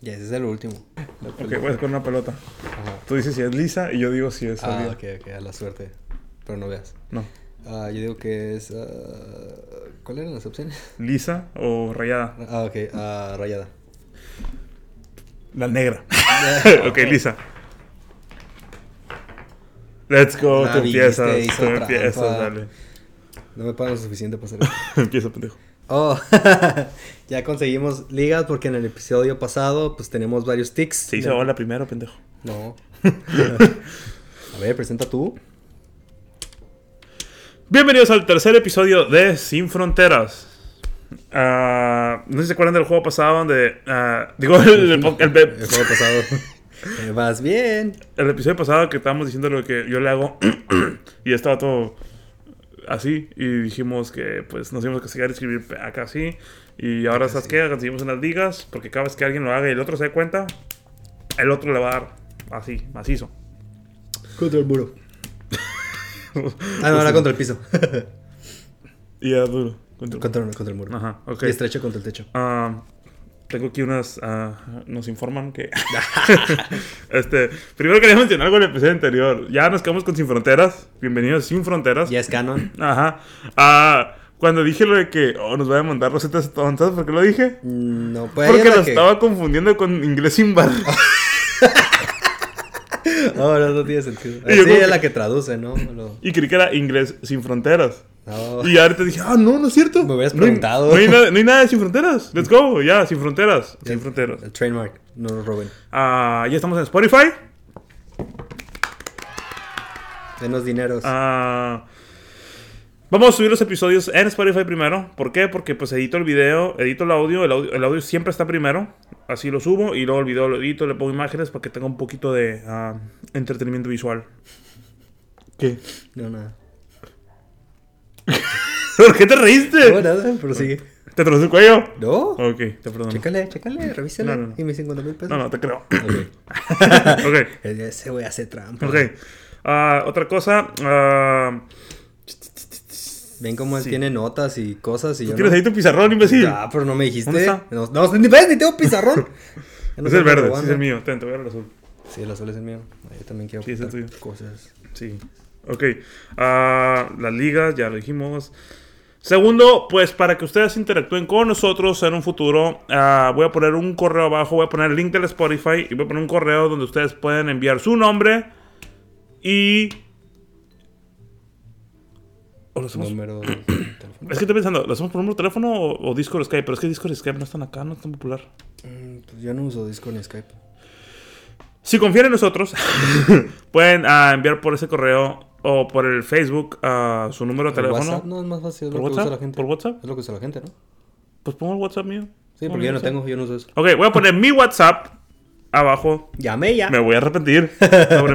Ya, ese es el último. Ok, voy a con una pelota. Ajá. Tú dices si es lisa y yo digo si es Ah, sólida. ok, ok, a la suerte. Pero no veas. No. Ah, yo digo que es. ah, ¿Cuáles eran las opciones? ¿Lisa o rayada? Ah, ok, ah, rayada. La negra. ok, lisa. Let's go, Ah, tú viste, empiezas. hizo Tú empiezas, trampa. dale. No me pagan lo suficiente para hacer esto. Empieza, pendejo. Oh, ya conseguimos ligas porque en el episodio pasado pues tenemos varios tics. Se hizo hola primero, pendejo. No. A ver, presenta tú. Bienvenidos al tercer episodio de Sin Fronteras. Ah, no sé si se acuerdan del juego pasado donde. ah, digo, el, el po- el- El juego pasado. Eh, Vas bien. el episodio pasado que estábamos diciendo lo que yo le hago y estaba todo así. Y dijimos que pues nos íbamos a castigar y escribir pe- acá así. Y ahora, ¿sabes qué? Conseguimos unas ligas porque cada vez que alguien lo haga y el otro se dé cuenta, el otro le va a dar así, macizo. Contra el muro. Ah, no, era contra el piso. Y ya duro. Contra- contra, contra el muro. Ajá, ok. Y estrecho contra el techo. Ah, tengo aquí unas. ah, nos informan que. este, primero quería mencionar algo del episodio anterior. Ya nos quedamos con Sin Fronteras. Bienvenidos a Sin Fronteras. Ya es canon. Ajá. Ah, cuando dije lo de que oh, nos van a mandar recetas tontas, ¿por qué lo dije? No, pues. Porque era lo que- estaba confundiendo con inglés sin barra. Oh, no, no tiene sentido. Y Sí, yo como es que- la que traduce, ¿no? Lo- y creí que era inglés sin fronteras. no. Y ahorita dije, ah, no, no es cierto. Me hubieras No hay- preguntado. No hay, nada, no hay nada de sin fronteras. Let's go, ya, sin fronteras. Sin fronteras. El trademark. No lo roben. Ah, ya estamos en Spotify. Denos dineros. Ah, vamos a subir los episodios en Spotify primero. ¿Por qué? Porque pues edito el video, edito el audio, el audio, el audio siempre está primero. Así lo subo y luego el video lo edito, le pongo imágenes para que tenga un poquito de ah, entretenimiento visual. ¿Qué? No, nada. ¿Por qué te reíste? No, nada, pero sigue. ¿Te trozó el cuello? No. Ok, te perdono. Chécale, chécale, revísale. No, no, no. Y mis 50 mil pesos. No, no, te creo. Ok. Eh, ok. Ese güey hace trampa. Ok. Ah, otra cosa. ah, Ven cómo él tiene notas y cosas y yo. ¿Tienes no. ahí tu pizarrón, imbécil? Ah, pero no me dijiste. ¿Dónde está? No, no, ni ves, ni tengo pizarrón. Ya no es tengo el verde, sí probando. es el mío. Ten, te voy a dar el azul. Sí, el azul es el mío. Ah, Yo también quiero Sí, es el apuntar tuyo. cosas. Sí. Ok. Ah, las ligas, ya lo dijimos. Segundo, pues para que ustedes interactúen con nosotros en un futuro, ah, voy a poner un correo abajo, voy a poner el link del Spotify y voy a poner un correo donde ustedes pueden enviar su nombre y... ¿O lo hacemos? Número de teléfono. Es que estoy pensando, ¿lo hacemos por número de teléfono o, o Discord o Skype? Pero es que Discord y Skype no están acá, no es tan popular. Mm, Pues yo no uso Discord ni Skype. Si confían en nosotros, pueden ah, enviar por ese correo o por el Facebook ah, su número de ¿Por teléfono. WhatsApp no es más fácil. Es ¿Por lo que usa WhatsApp? la gente. ¿Por WhatsApp? Es lo que usa la gente, ¿no? Pues pongo el WhatsApp mío. Sí, Pongo porque mi yo no WhatsApp. tengo, yo no uso eso. Ok, voy a poner mi WhatsApp abajo. Llame ya. Me voy a arrepentir. Sobre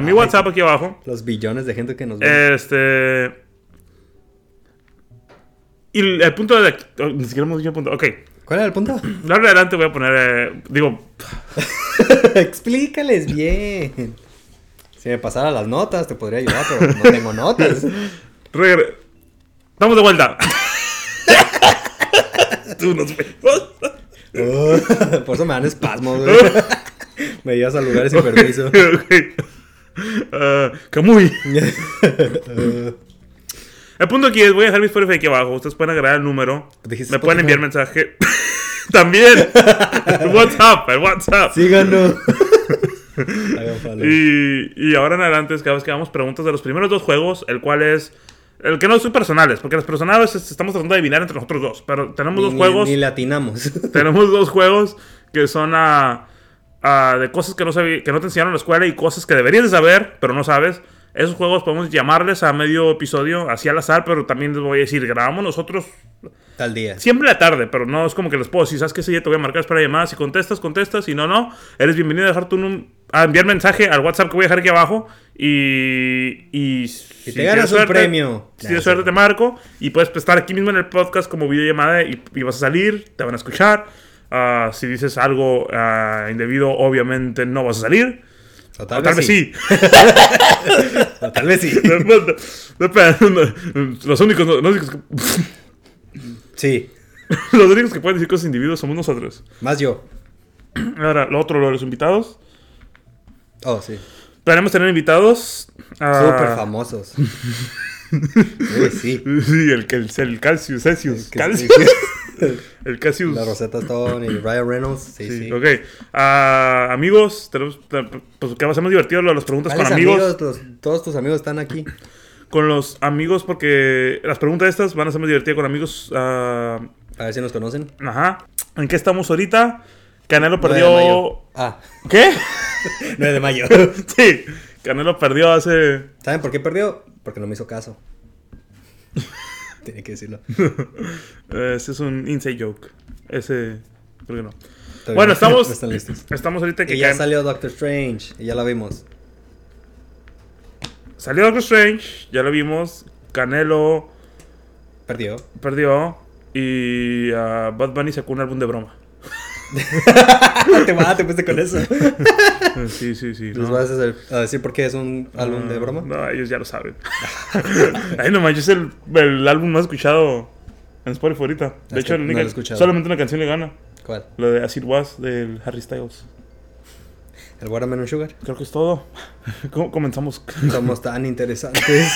mi WhatsApp aquí abajo. Los billones de gente que nos Eh. ve. Este. Y el el punto de. oh, ni siquiera hemos dicho el punto. Ok. ¿Cuál era el punto? Ahora en adelante voy a poner. eh, digo, Explícales bien. Si me pasara las notas, te podría ayudar, pero no tengo notas. regre- Estamos de vuelta. Tú nos vemos. Oh, por eso me dan espasmos, güey. Me llevas a lugares sin permiso. Ok. Ah, Camuy. Eh, El punto aquí es, voy a dejar mi Spotify aquí abajo. Ustedes pueden agregar el número. Dijiste Me pueden Spotify. enviar mensaje. También. El WhatsApp, el WhatsApp. Síganos. Hagan follow. Y, y ahora en adelante es cada vez que hagamos preguntas de los primeros dos juegos, el cual es... El que no son personales, porque los personales es- estamos tratando de adivinar entre nosotros dos. Pero tenemos Ni- dos ni- juegos... Ni, latinamos. Tenemos dos juegos que son ah, ah, de cosas que no, sabi- que no te enseñaron en la escuela y cosas que deberías de saber, pero no sabes. Esos juegos podemos llamarles a medio episodio, así al azar, pero también les voy a decir, grabamos nosotros Tal día. siempre en la tarde, pero no es como que les puedo decir, ¿sabes qué? Sí, ya te voy a marcar, espera llamadas, si contestas, contestas, si no, no. Eres bienvenido a dejar tu num- a enviar mensaje al WhatsApp que voy a dejar aquí abajo y... Y, si te ganas tienes un premio. Si Nah, tienes sí. suerte te marco y puedes estar aquí mismo en el podcast como videollamada y, y vas a salir, te van a escuchar. Ah, si dices algo ah, indebido, obviamente no vas a salir. O Tal, vez sí. O tal vez sí. No, no, no, los únicos, no- los únicos que- Sí. los únicos que pueden decir cosas individuos somos nosotros. Más yo. Ahora, lo otro, lo de los invitados. Oh, sí. Planeamos tener invitados. a- Súper famosos. Uy, sí. Sí, el, el, el Calcius, Celsius, Que- Calcius. El Cassius. La Rosetta Stone y Ryan Reynolds. Sí, sí. Sí, ok. Ah, amigos, tenemos, pues que va a ser más divertido lo de las preguntas con ¿Cuáles amigos. amigos? Los- todos tus amigos están aquí. Con los amigos, porque las preguntas estas van a ser más divertidas con amigos. ah, A ver si nos conocen. ajá. ¿En qué estamos ahorita? Canelo 9 de mayo. perdió. Ah, ¿Qué? 9 de mayo. sí. Canelo perdió hace. ¿Saben por qué perdió? Porque no me hizo caso. Tiene que decirlo. eh, ese es un inside joke. Ese. ¿Por qué no? Está bien. Bueno, estamos. No están listos. Estamos ahorita que Y ya Can- salió Doctor Strange. Y ya la vimos. salió Doctor Strange. Ya lo vimos. Canelo Perdió. perdió. Y ah, Bad Bunny sacó un álbum de broma. te mataste, pues, con eso. Sí, sí, sí. ¿Les no. Ah, vas a hacer- a decir por qué es un álbum de broma? No, ellos ya lo saben. Ay, no manches, es el, el álbum más escuchado en Spotify ahorita. Hasta De hecho, la no única- lo he escuchado. solamente una canción le gana. ¿Cuál? La de As It Was, del Harry Styles. ¿El Watermelon Sugar? Creo que es todo. ¿Cómo comenzamos? Somos tan interesantes.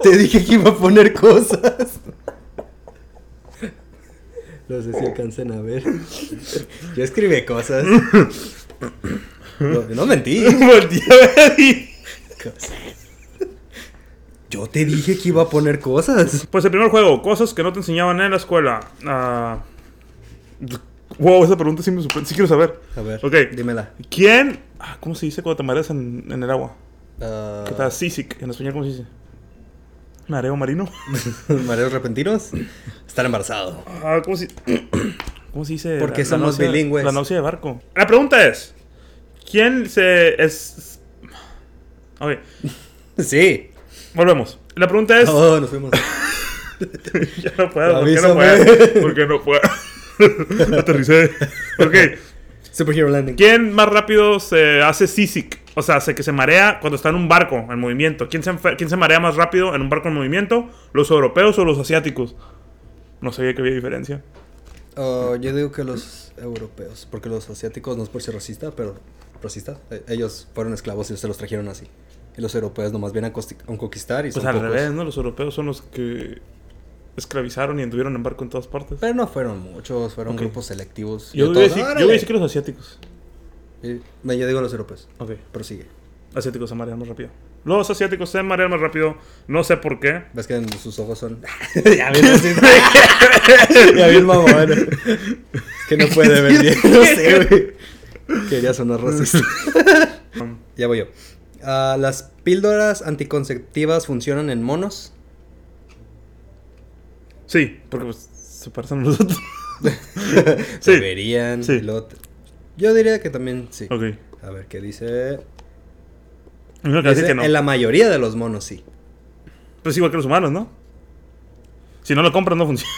Te dije que iba a poner cosas. No sé si alcancen a ver. Yo escribí cosas. No, no mentí. Yo te dije que iba a poner cosas. pues el primer juego, cosas que no te enseñaban en la escuela. Ah, wow, esa pregunta sí me sorprende. Sí quiero saber. A ver, Ok. dímela. ¿Quién? ah, ¿Cómo se dice cuando te mareas en, en el agua? Ah, Que estás seasick. En español, ¿cómo se dice? Mareo marino. Ah, ¿Mareos repentinos? Estar embarazado. Ah, ¿cómo se, ¿cómo se dice? Porque somos náusea- bilingües. La náusea de barco. La pregunta es: ¿Quién se. es. Ok, Sí. volvemos. La pregunta es. Oh, nos fuimos. Ya no puedo, ¿por qué no Avísame. puedo? ¿Por qué no puedo? Aterricé. Ok, Superhero Landing. ¿quién más rápido se hace seasick? O sea, se, que se marea cuando está en un barco en movimiento. ¿Quién se, enfer- ¿Quién se marea más rápido en un barco en movimiento? ¿Los europeos o los asiáticos? No sabía que había diferencia. Oh, yo digo que los europeos, porque los asiáticos no es por ser racista, pero racista. eh, Ellos fueron esclavos y se los trajeron así. Y los europeos nomás vienen a, costi- a conquistar y Pues son al pocos. revés, ¿no? Los europeos son los que esclavizaron y anduvieron en barco en todas partes. Pero no fueron muchos, fueron Ok. grupos selectivos. Yo de voy, todos. a decir, yo voy a ¡Órale! decir que los asiáticos. Sí, no, yo digo los europeos. Ok. Prosigue. Asiáticos se marean más rápido. Los asiáticos se marean más rápido. No sé por qué. Ves que en sus ojos son. ya bien así. ya bien mamón. Es que no puede ver bien. No sé, güey. Quería sonar racista. ya voy yo. Ah, ¿Las píldoras anticonceptivas funcionan en monos? Sí, porque pues, se parecen a nosotros. Sí. Deberían. Sí. lo t- Yo diría que también sí. ok. A ver, ¿qué dice? Yo casi Dice, que no. En la mayoría de los monos sí. Pues igual que los humanos, ¿no? Si no lo compran, no funciona.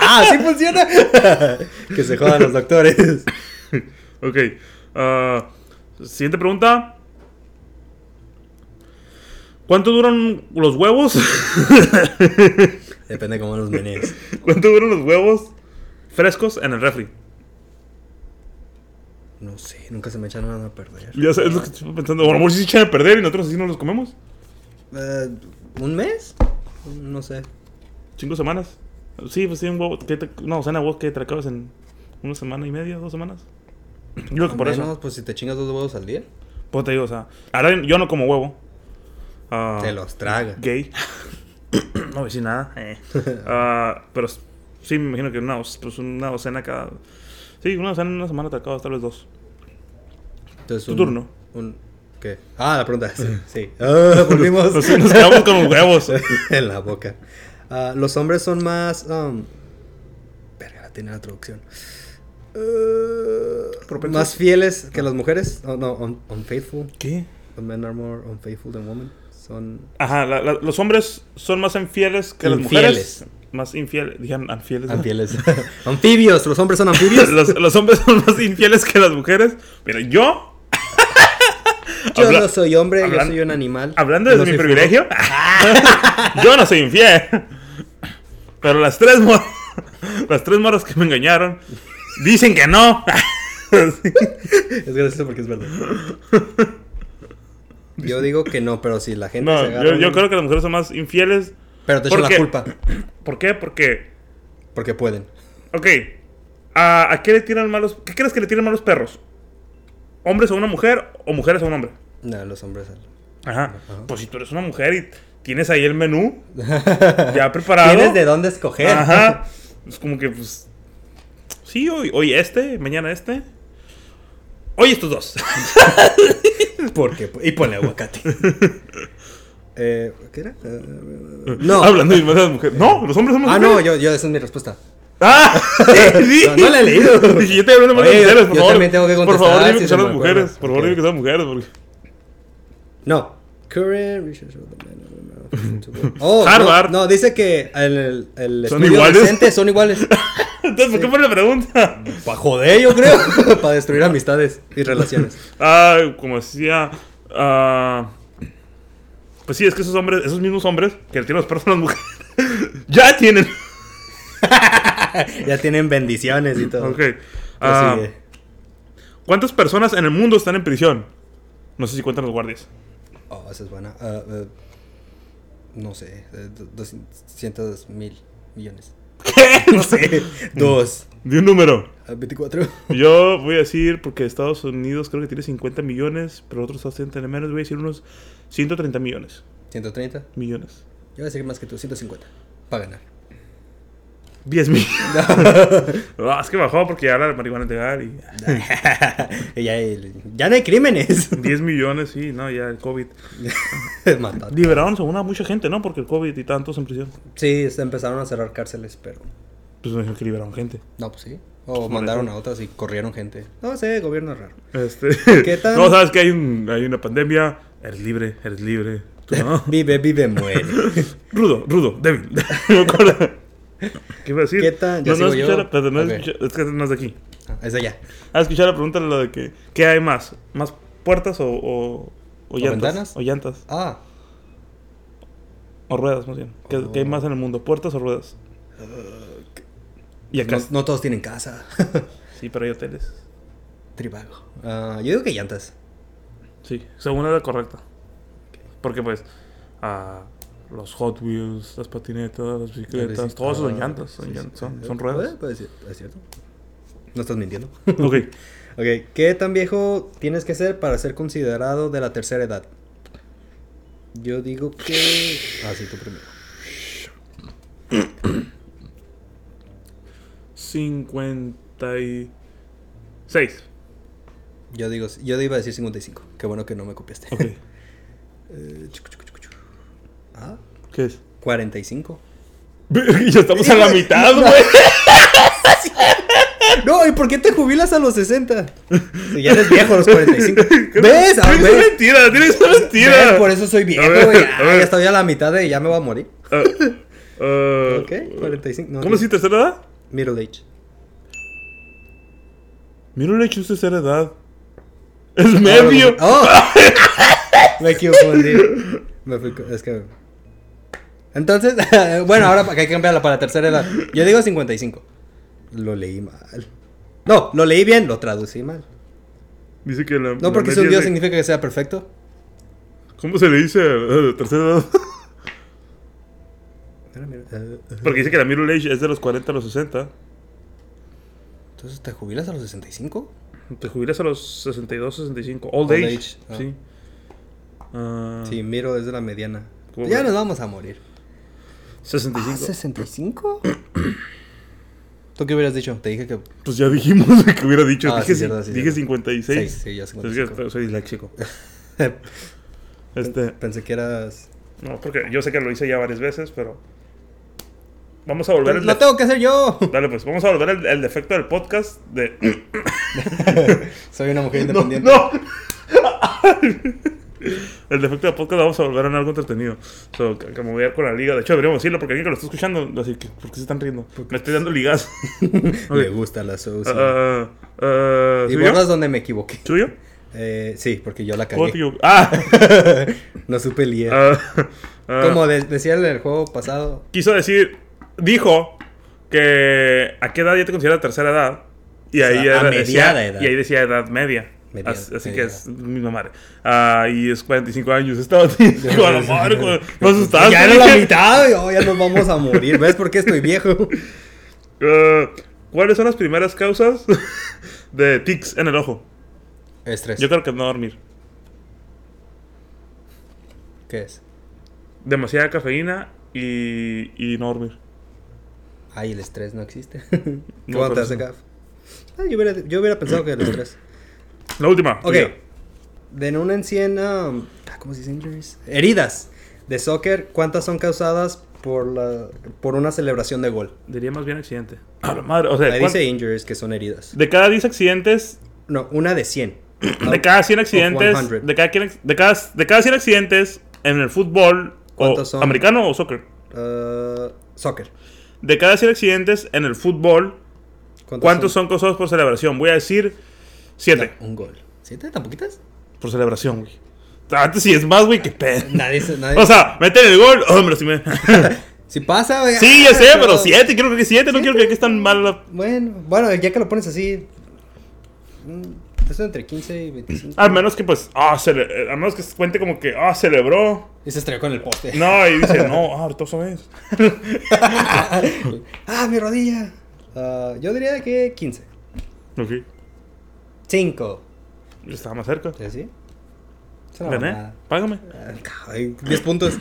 ¡Ah, sí funciona! que se jodan los doctores. ok. ah, siguiente pregunta. ¿Cuánto duran los huevos? Depende cómo los menees. ¿Cuánto duran los huevos frescos en el refri? No sé, nunca se me echan nada a perder. Ya sé, es lo que estoy pensando. O a lo mejor sí se echan a perder y nosotros así no los comemos. Eh, ¿Un mes? No sé. Cinco semanas. Sí, pues sí, un huevo. que te- no, cena de huevos que te la acabas en una semana y media, dos semanas. Yo creo que por menos, eso. pues si te chingas dos huevos al día, Pues te digo, o sea. Ahora yo no como huevo. Ah, te los traga. Gay. no voy a decir nada. eh. Ah, pero s- sí, me imagino que una, doc- pues una docena cada. Sí, una docena en una semana te acabas tal vez dos. Entonces, Tu un- turno. Un, ¿Qué? Ah, la pregunta. Sí. sí. Ah, volvimos. Nos, Pues nos quedamos con los huevos. en la boca. Ah, los hombres son más. um, verga, tiene la traducción. Eh, Propensos. más fieles que las mujeres. Oh, no, un- unfaithful. ¿Qué? Men are more unfaithful than women. Son. Ajá, la- la- los hombres son más infieles que Infieles. las mujeres. Más infieles. Dijeron infieles. ¿no? Anfieles. anfibios, los hombres son anfibios. los, los hombres son más infieles que las mujeres. Pero yo, Yo Habla- no soy hombre, hablan- yo soy un animal. hablando de No mi soy privilegio, yo no soy infiel. Pero las tres, mor- Las tres morras que me engañaron dicen que no. Es gracioso porque es verdad. Yo digo que no, pero si la gente se No, agarra. yo, yo un- creo que las mujeres son más infieles. Pero te echan la porque- culpa. ¿Por qué? Porque, Porque pueden. ok, ¿a, a qué le tiran malos? ¿Qué crees que le tiran malos perros? ¿Hombres a una mujer o mujeres a un hombre? No, los hombres. Ajá. Pues si tú eres una mujer y tienes ahí el menú ya preparado. Tienes de dónde escoger. Ajá. Es como que, pues. Sí, hoy, hoy este, mañana este. Hoy estos dos. Porque, y ponle aguacate. eh, ¿Qué era? Eh, no. Hablando de las mujeres. No, los hombres somos. Ah, no, mujeres. yo, yo, esa es mi respuesta. ¡Ah! Sí. No, no la he leído. Dije, yo te hablo de las Oye, mujeres, por yo favor. también tengo que Por favor, contestar, dime si se que son me las acuerdo. mujeres. Por favor, Ok. dime que son las mujeres. Porque... No. Current research of the men of the- Oh, Harvard. No, no, dice que el, el, el ¿Son estudio iguales? reciente son iguales. Entonces, ¿por qué me la pregunta? Para joder, yo creo. Para destruir amistades y relaciones. Ah, como decía. ah, pues sí, es que esos hombres, esos mismos hombres que le tienen los perros a las mujeres, ya tienen. Ya tienen bendiciones y todo. Ok. Ah, Prosigue. ¿Cuántas personas en el mundo están en prisión? No sé si cuentan los guardias. Oh, esa es buena. Ah, eh, no sé, eh, do- 200 mil millones. no sé. Dos. Di un número. ah, 24. Yo voy a decir, porque Estados Unidos creo que tiene 50 millones, pero otros estados tienen menos, voy a decir unos 130 millones. 130. Yo Millones. voy a decir más que tú, 150. Para ganar. 10 millones. Ah, es que bajó porque ya la marihuana es legal y... Y ya, el- ya no hay crímenes. 10 millones, sí, no, ya el COVID. Matado. Liberaron según a mucha gente, ¿no? Porque el COVID y tantos en prisión. Sí, se empezaron a cerrar cárceles, pero. Pues me dijeron que liberaron gente. No, pues sí. O mandaron a otras y corrieron gente. No sé, gobierno es raro. Este... ¿Qué tan- No, sabes que hay, un, hay una pandemia, eres libre, eres libre. Tú no. Vive, vive, muere. Rudo, rudo, débil. Me acuerdo. ¿Qué iba a decir? ¿Qué tan? Ya No, no sigo yo. escuchar, espérate, no Ok. escuchar- es que no es de aquí. Ah, es de allá. ¿Has escuchado la pregunta la de que qué hay más? ¿Más puertas o, o, o llantas? ventanas? O llantas. Ah, O ruedas, más bien. ¿Qué, qué hay más en el mundo? ¿Puertas o ruedas? y acá. Ah, no, no todos tienen casa. Sí, pero hay hoteles. Tribago. Ah, yo digo que llantas. Sí, según era correcta. Porque pues ah, los Hot Wheels, las patinetas, las bicicletas, Las todos son bicicletas, llantas, son, sí, sí, llantas, sí. son, son ruedas. Puede- puede ser, es cierto. No estás mintiendo. ok. ok, ¿qué tan viejo tienes que ser para ser considerado de la tercera edad? Yo digo que. Ah, sí, tú primero. 56. Yo digo, yo iba a decir 55. Qué bueno que no me copiaste. Ok. Eh, chucu, chucu, chucu, chucu. Ah, ¿Qué es? 45. ya estamos a la mitad, güey. No, ¿y por qué te jubilas a los 60? Si ya eres viejo a los 45. ¿Ves? Ah, Tienes ¿ves? una mentira, tienes una mentira. ¿Ves? Por eso soy viejo, A ver, güey. a Ah, ver. Ya estoy a la mitad de ya me voy a morir. Ah, ah, Ok, 45. No, ¿Cómo sí. es tercera edad? Middle age. Mira, un hecho es tercera edad. Es Ah, bueno, medio. ¡Oh! Me confundí. Me fui co- Es que. Entonces, bueno, ahora hay que cambiarla para la tercera edad. Yo digo 55. Lo leí mal. No, lo leí bien, lo traducí mal. Dice que No, la. la porque media subió de- significa que sea perfecto. ¿Cómo se le dice a la tercera edad? Mira, mira, eh, eh. Porque dice que la middle age es de los 40 a los 60. Entonces, ¿te jubilas a los 65? Te jubilas a los 62, 65. Old, Old age. age, ah. Sí. Ah, Sí, miro desde la mediana. ¿Cómo Ya que? nos vamos a morir. 65. Ah, ¿65? ¿Tú qué hubieras dicho? Te dije que. Pues ya dijimos lo que hubiera dicho. Ah, dije sí, cierto, sí, dije cierto. 56. Seis, sí, ya Es 55. que soy disléxico. Este, Pensé que eras. no, porque yo sé que lo hice ya varias veces, pero. Vamos a volver al ¡Lo def- tengo que hacer yo! Dale, pues vamos a volver al, al defecto del podcast de. Soy una mujer ¡No! independiente. no. el defecto del podcast lo vamos a volver en algo entretenido. So, que, que me voy a ir con la liga. De hecho, deberíamos decirlo porque alguien que lo está escuchando. va a decir que, ¿Por qué se están riendo? Me estoy dando ligas. Me gusta la sauce. Ah, ah, y ¿suyo? borras donde me equivoqué. ¿Suyo? Eh, sí, porque yo la ¿O cagué. tuyo? ¡Ah! no supe liar. Ah, ah. Como de- decía en el juego pasado. quiso decir, dijo que a qué edad ya te consideras tercera edad. Y O sea, ahí, a era- mediada decía, edad. y ahí decía edad media. Media- As- así media que es misma madre. Ah, y es 45 años. Estaba así, digo, a la madre, güey, me asustaste. Ya era la mitad, y, oh, ya nos vamos a morir. ¿Ves por qué estoy viejo? Ah, ¿Cuáles son las primeras causas de tics en el ojo? Estrés. Yo creo que no dormir. ¿Qué es? Demasiada cafeína y, y no dormir. Ay, el estrés no existe. ¿Cómo por te hace eso. gaf? Ah, yo, hubiera, yo hubiera pensado que el estrés. La última. Ok. tuya. De en una en 100, um, ah, ¿cómo se dice injuries? Heridas de soccer, ¿cuántas son causadas por, la, por una celebración de gol? Diría más bien accidente. A la madre. O sea, Ahí ¿cuán- dice injuries, que son heridas. de cada 10 accidentes, No, una de 100. de cada 100 accidentes, 100. de cada, quien- de, cada, de cada 100 accidentes en el fútbol o ¿Cuántos son? americano o soccer. Ah, soccer. De cada 100 accidentes en el fútbol, ¿cuántos son causados por celebración? Voy a decir 7 Un gol. ¿Siete? ¿Tan poquitas? por por celebración, güey. Antes si es más, güey, qué pedo. Nadie, se- nadie. O sea, meten el gol. Oh, hombre, sí me... si pasa, güey, Sí, ya ah, sé, pero 7, quiero que 7, no quiero que que están mal. la- Bueno, bueno, ya que lo pones así. mm, Eso entre 15 y 25. Al menos que pues, ah, cele- eh, al menos que cuente como que, ah, celebró. Y se estrelló con el poste. No, y dice, no, ah, ahorita sabes. ah, mi rodilla. Ah, yo diría que 15. Ok, 5. yo estaba más cerca. ¿Sí? sí? Es una Gané, mamada. págame. Ay, 10 puntos.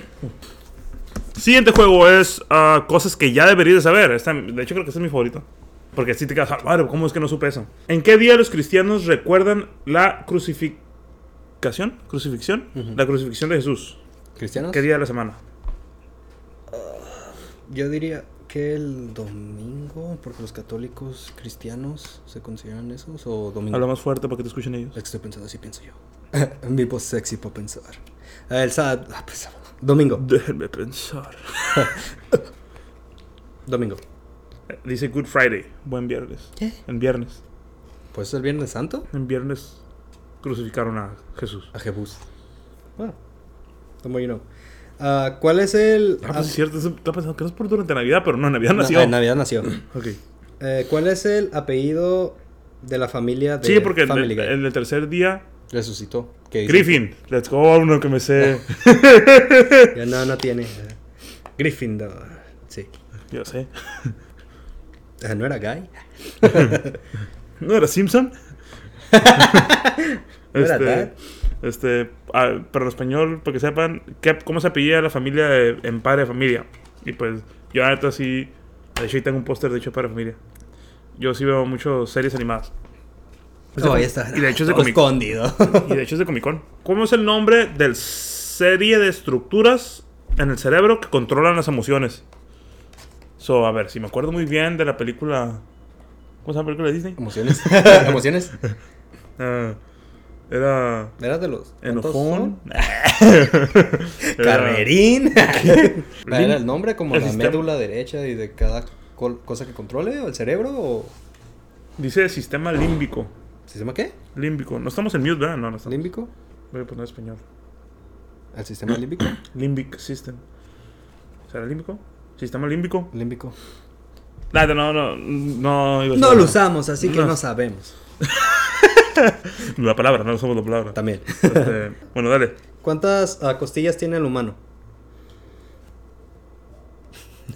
Siguiente juego es ah, cosas que ya deberías de saber. Esta- de hecho, creo que este es mi favorito. Porque si te quedas, ah, madre, ¿cómo es que no supe eso? ¿En qué día los cristianos recuerdan la crucificación? ¿Crucifixión? La crucifixión de Jesús. ¿Cristianos? ¿Qué día de la semana? Yo diría que el domingo, porque los católicos cristianos se consideran esos, o domingo. Habla más fuerte para que te escuchen ellos. Es que estoy pensando así, pienso yo. Mi voz sexy para pensar. El sábado. ah, pues, sábado. Domingo. Déjenme pensar. Domingo. Eh, Dice Good Friday. Buen viernes. ¿Qué? En viernes. Pues el Viernes Santo. En viernes crucificaron a Jesús. A Jebús. Ah, Bueno. Como yo no. Ah, ¿Cuál es el. Ah, pues es cierto, eso- estaba pensando que no es por durante Navidad, pero no, en Navidad Na- nació. en Navidad nació. Ok. Eh, ¿Cuál es el apellido de la familia de Sí, porque en Family el, Guy? en el tercer día. Resucitó. ¿Qué dice? Griffin, let's go, uno que me sé. Ya no, no tiene. eh, Gryffindor. Sí. Yo sé. Ah, ¿No era Guy? ¿No era Simpson? ¿No era este, Dad? este, ah, para el español, para que sepan, ¿qué- ¿cómo se apellida la familia de- en padre de familia? Y pues, yo la neta sí. De hecho, ahí tengo un póster de hecho de padre de familia. Yo sí veo muchas series animadas. Es de Oh, com- ya está. Y de hecho es de Todo Comic Con. escondido. Y de hecho es de Comic Con. ¿Cómo es el nombre del serie de estructuras en el cerebro que controlan las emociones? So, a ver, si me acuerdo muy bien de la película. ¿Cómo se llama la película de Disney? Emociones. Emociones. Ah, era. ¿Era de los. Enojón. Era- Carrerín. ¿Era el nombre como El la sistema. médula derecha y de cada col- cosa que controle? ¿O el cerebro? ¿O Dice sistema límbico. sistema qué? Límbico. No estamos en mute, ¿verdad? No, no estamos. ¿Límbico? Voy a poner español. ¿El sistema límbico? Limbic system. ¿Será límbico? Sistema límbico. Ah, Límbico. No, no, no. No, iba a No ser- lo usamos, así que No. no sabemos. La palabra, no usamos la palabra. También. Este, bueno, dale. ¿Cuántas ah, costillas tiene el humano?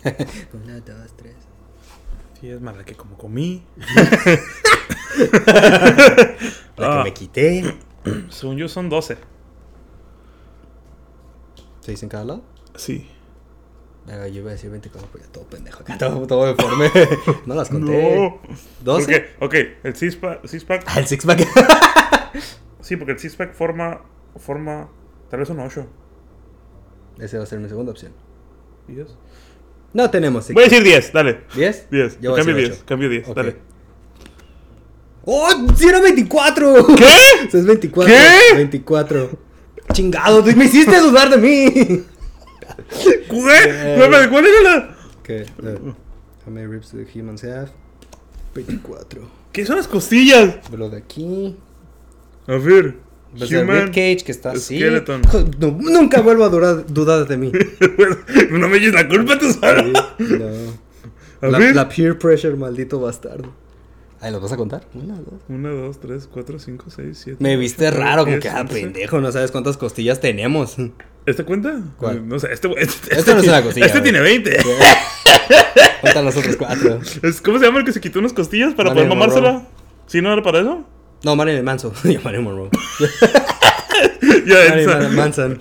Una, dos, tres. Sí, es mala que como comí. La que Ah. me quité. Según yo son 12. ¿Se dice en cada lado? Sí. Verga, Ah, yo iba a decir 24, pero ya todo pendejo acá, todo, todo deforme. no las conté. No. ¿Doce? Porque, ok, el six-pack. six pack- Ah, el six pack. sí, porque el six-pack forma, forma. Tal vez son 8. Esa va a ser mi segunda opción. ¿10? No tenemos six Voy a decir 10, dale. ¿Diez? 10. Yo voy a Cambio decir 10, ocho. cambio 10, Ok. dale. ¡Oh! ¡Sí era 24! ¿Qué? Eso es 24. ¿Qué? 24. Chingado, tú me hiciste dudar de mí. Eh. ¿Qué? No, pero ¿Cuál era la.? ¿Qué? eh, how many ribs do humans have? 24. ¿Qué son las costillas? Lo de aquí. A ver. Pues el rib cage que está así. skeleton. No, nunca vuelvo a durar- dudar de mí. no me eches la culpa tú solo. No. A La, ver. la peer pressure, maldito bastardo. Ahí los vas a contar. Una, dos. 1, 2, 3, 4, 5, 6, 7. Me viste raro, como que ah, pendejo, no sabes cuántas costillas tenemos. ¿Este cuenta? ¿Cuál? No sé, este, este, Este no es una costilla, Este güey. tiene 20. Cuentan los otros cuatro. Es- ¿Cómo se llama el que se quitó unas costillas para Marilyn poder Monroe. mamársela? ¿Sí no era para eso? No, Marilyn Manso. Yo Marilyn Monroe. Ya, esa. ¿Ah, Marilyn Manson.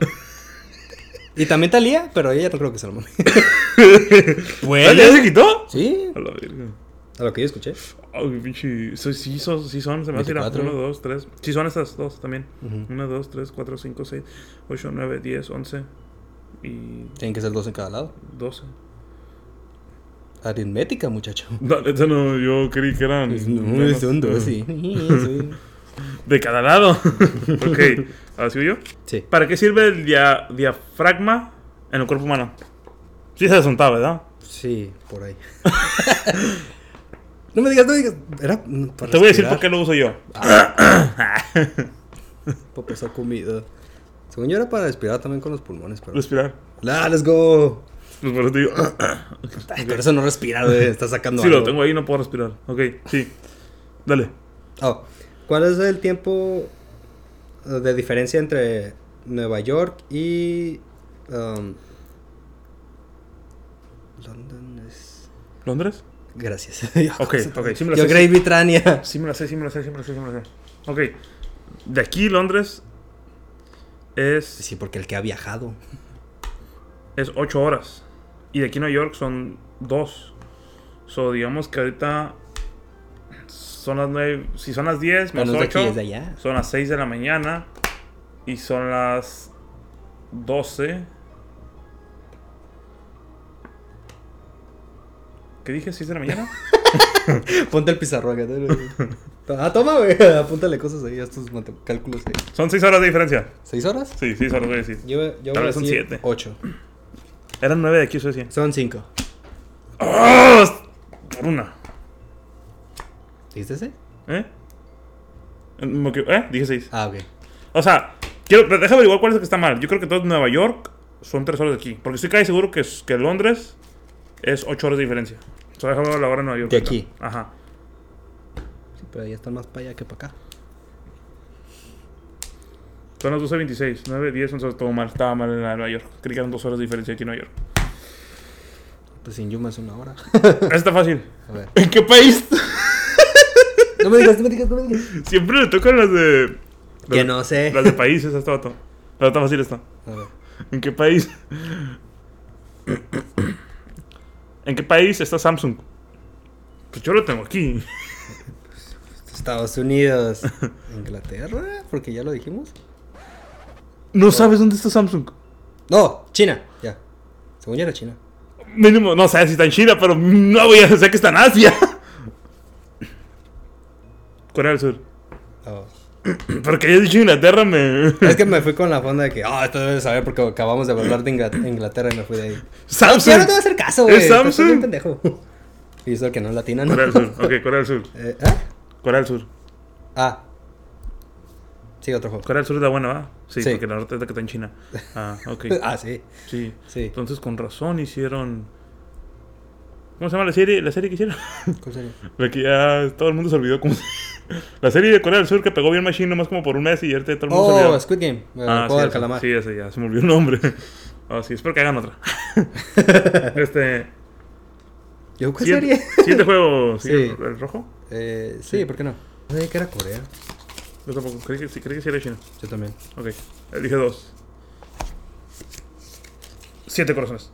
Y también Talía, pero ella no creo que se lo mame. ¿Ah, ¿Ya se quitó? Sí, A la verga. a lo que yo escuché. Ay, pinche. soy- sí, son, sí son, se me hace ir a 24. 1, 2, 3. Sí son estas dos también. 1, 2, 3, 4, 5, 6, 8, 9, 10, 11 y Tienen que ser dos en cada lado. 12. Aritmética, muchacho. No, eso no, yo creí que eran. Pues, No, es un dos, sí. Sí. De cada lado. ok, ahora sigo yo. Sí. ¿Para qué sirve el dia- diafragma en el cuerpo humano? Sí se asunta, ¿verdad? Sí, por ahí. no me digas, no me digas. Era mm, para Te voy a decir respirar, por qué lo uso yo. Para pasar comida. Según yo era para respirar también con los pulmones, pero. Respirar. ¡Ah, let's go! Pues por eso te digo. Ay, Pero eso no respira, güey. Está sacando sí, lo algo. tengo ahí, no puedo respirar. Ok, sí. Dale. Oh, ¿Cuál es el tiempo eh, de diferencia entre Nueva York y. um, London es. ¿Londres? Gracias. Ok, ok, sí me la Yo sé. creí Vitrania. Sí me la sé, sí me la sé, sí me la sé, sí me la sé. Ok. De aquí, Londres es, Sí, porque el que ha viajado. es 8 horas. Y de aquí, Nueva York son 2. So, digamos que ahorita son las 9. Si son las 10, Pero más no es de aquí, 8. es de allá. Son las 6 de la mañana. Y son las 12. ¿Qué dije? ¿6 de la mañana? Ponte el pizarrón. acá, ¿no? ah, toma, güey. Apúntale cosas ahí a estos mate- cálculos. ahí. Son 6 horas de diferencia. ¿Seis horas? Sí, sí, solo voy a decir. Yo, yo Tal voy a vez son decir siete. Ocho. Eran 9 de aquí, eso decía. Son cinco. ¡Oh! Por una. ¿Dijiste ese? ¿Eh? Me equivo- ¿Eh? Dije 6. Ah, ok. O sea, quiero, pero déjame averiguar cuál es el que está mal. Yo creo que todo Nueva York son 3 horas de aquí. Porque estoy casi seguro que, es- que Londres es 8 horas de diferencia. O sea, déjame ver la hora de Nueva York. De aquí. Ajá. Sí, pero ya están más para allá que para acá. Son las 12.26, 9, 10, 11, todo mal. Estaba mal en la de Nueva York. Creí que eran 2 horas de diferencia aquí en Nueva York. Pues sin Yuma es una hora. Esta está fácil. A ver. ¿En qué país? No me digas, no me digas, no me digas. Siempre le tocan las de. las- Que no sé. Las de países, esta vato. Pero está fácil esta. A ver. ¿En qué país? ¿En qué país está Samsung? Pues yo lo tengo aquí. Estados Unidos. Inglaterra, porque ya lo dijimos. ¿No sabes dónde está Samsung? No, China. Ya. Según ya era China. Mínimo, no sabes si está en China, pero no voy a sé que está en Asia. Corea del Sur. Oh. Porque hayas dicho Inglaterra me. Es que me fui con la fonda de que, ah, esto debes saber porque acabamos de hablar de Ingla- Inglaterra y me fui de ahí. Sí, Samsung. ahora te voy a hacer caso, güey. ¿Es Estás bien Samsung? pendejo. Y eso que no es latina, ¿no? Corea del Sur. Ok, Corea del Sur. Eh, ¿ah? Corea del Sur. Ah. Sí, otro juego. Corea del Sur es la buena, ¿va? Sí, Sí. porque la norte es la que está en China. Ah, ok. Ah, sí. Sí. Sí. Entonces con razón hicieron. ¿Cómo se llama la serie? ¿La serie que hicieron? ¿Cuál sería? La que ya todo el mundo se olvidó cómo se- La serie de Corea del Sur que pegó bien Machine nomás como por un mes y ahorita ya todo el mundo se Oh, olvidó. Squid Game. El Ah, juego sí, del esa- calamar. Sí, ese ya, se me olvidó el nombre. Ah, sí, espero que hagan otra. este. ¿Yo cuál Siguiente, sería? siguiente juego, sí, Sí. ¿El, el rojo? Eh, sí, ¿por qué no? No sabía que era Corea. Yo tampoco, creí que, sí, creí que sí era chino. Yo también. Ok, elige dos. Siete corazones.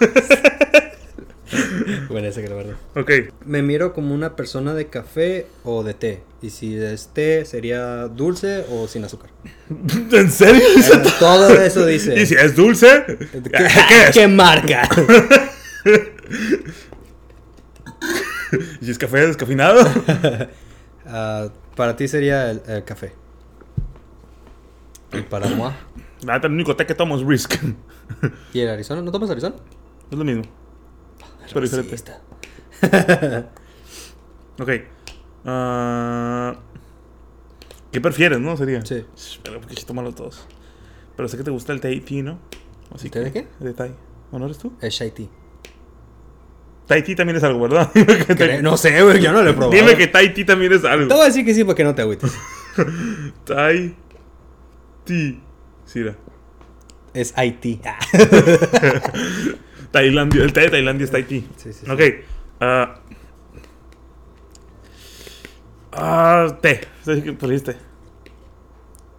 Bueno, esa que la verdad. Ok, Me miro como una persona de café o de té. Y si es té, sería dulce o sin azúcar. ¿en serio? Eh, Todo eso dice. ¿Y si es dulce? ¿Qué, ¿Qué es? qué marca? ¿Y si es café descafeinado? Ah, para ti sería el, el café. Y para moi. La neta, el único té que tomo es Risk. ¿Y el Arizona? ¿No tomas Arizona? Es lo mismo. Pero diferente. Racista. Ok. Ah, ¿Qué prefieres, no? Sería. Sí. Pero porque si tomarlo todos. Pero sé que te gusta el Tahiti, ¿no? Así ¿El té de qué? De Thai. ¿O no eres tú? Es Shai Tea. Tahití también es algo, ¿verdad? Cre- No sé, güey, yo no lo he probado. Dime que Tahití también es algo. Te voy a decir que sí porque no te agüites. Tai. Ti. Sira. Es Haití. Ah. Tailandia. El té de Tailandia es Tahití. Sí, sí, sí. Ok. ah, ah, té. Sí, que pusiste?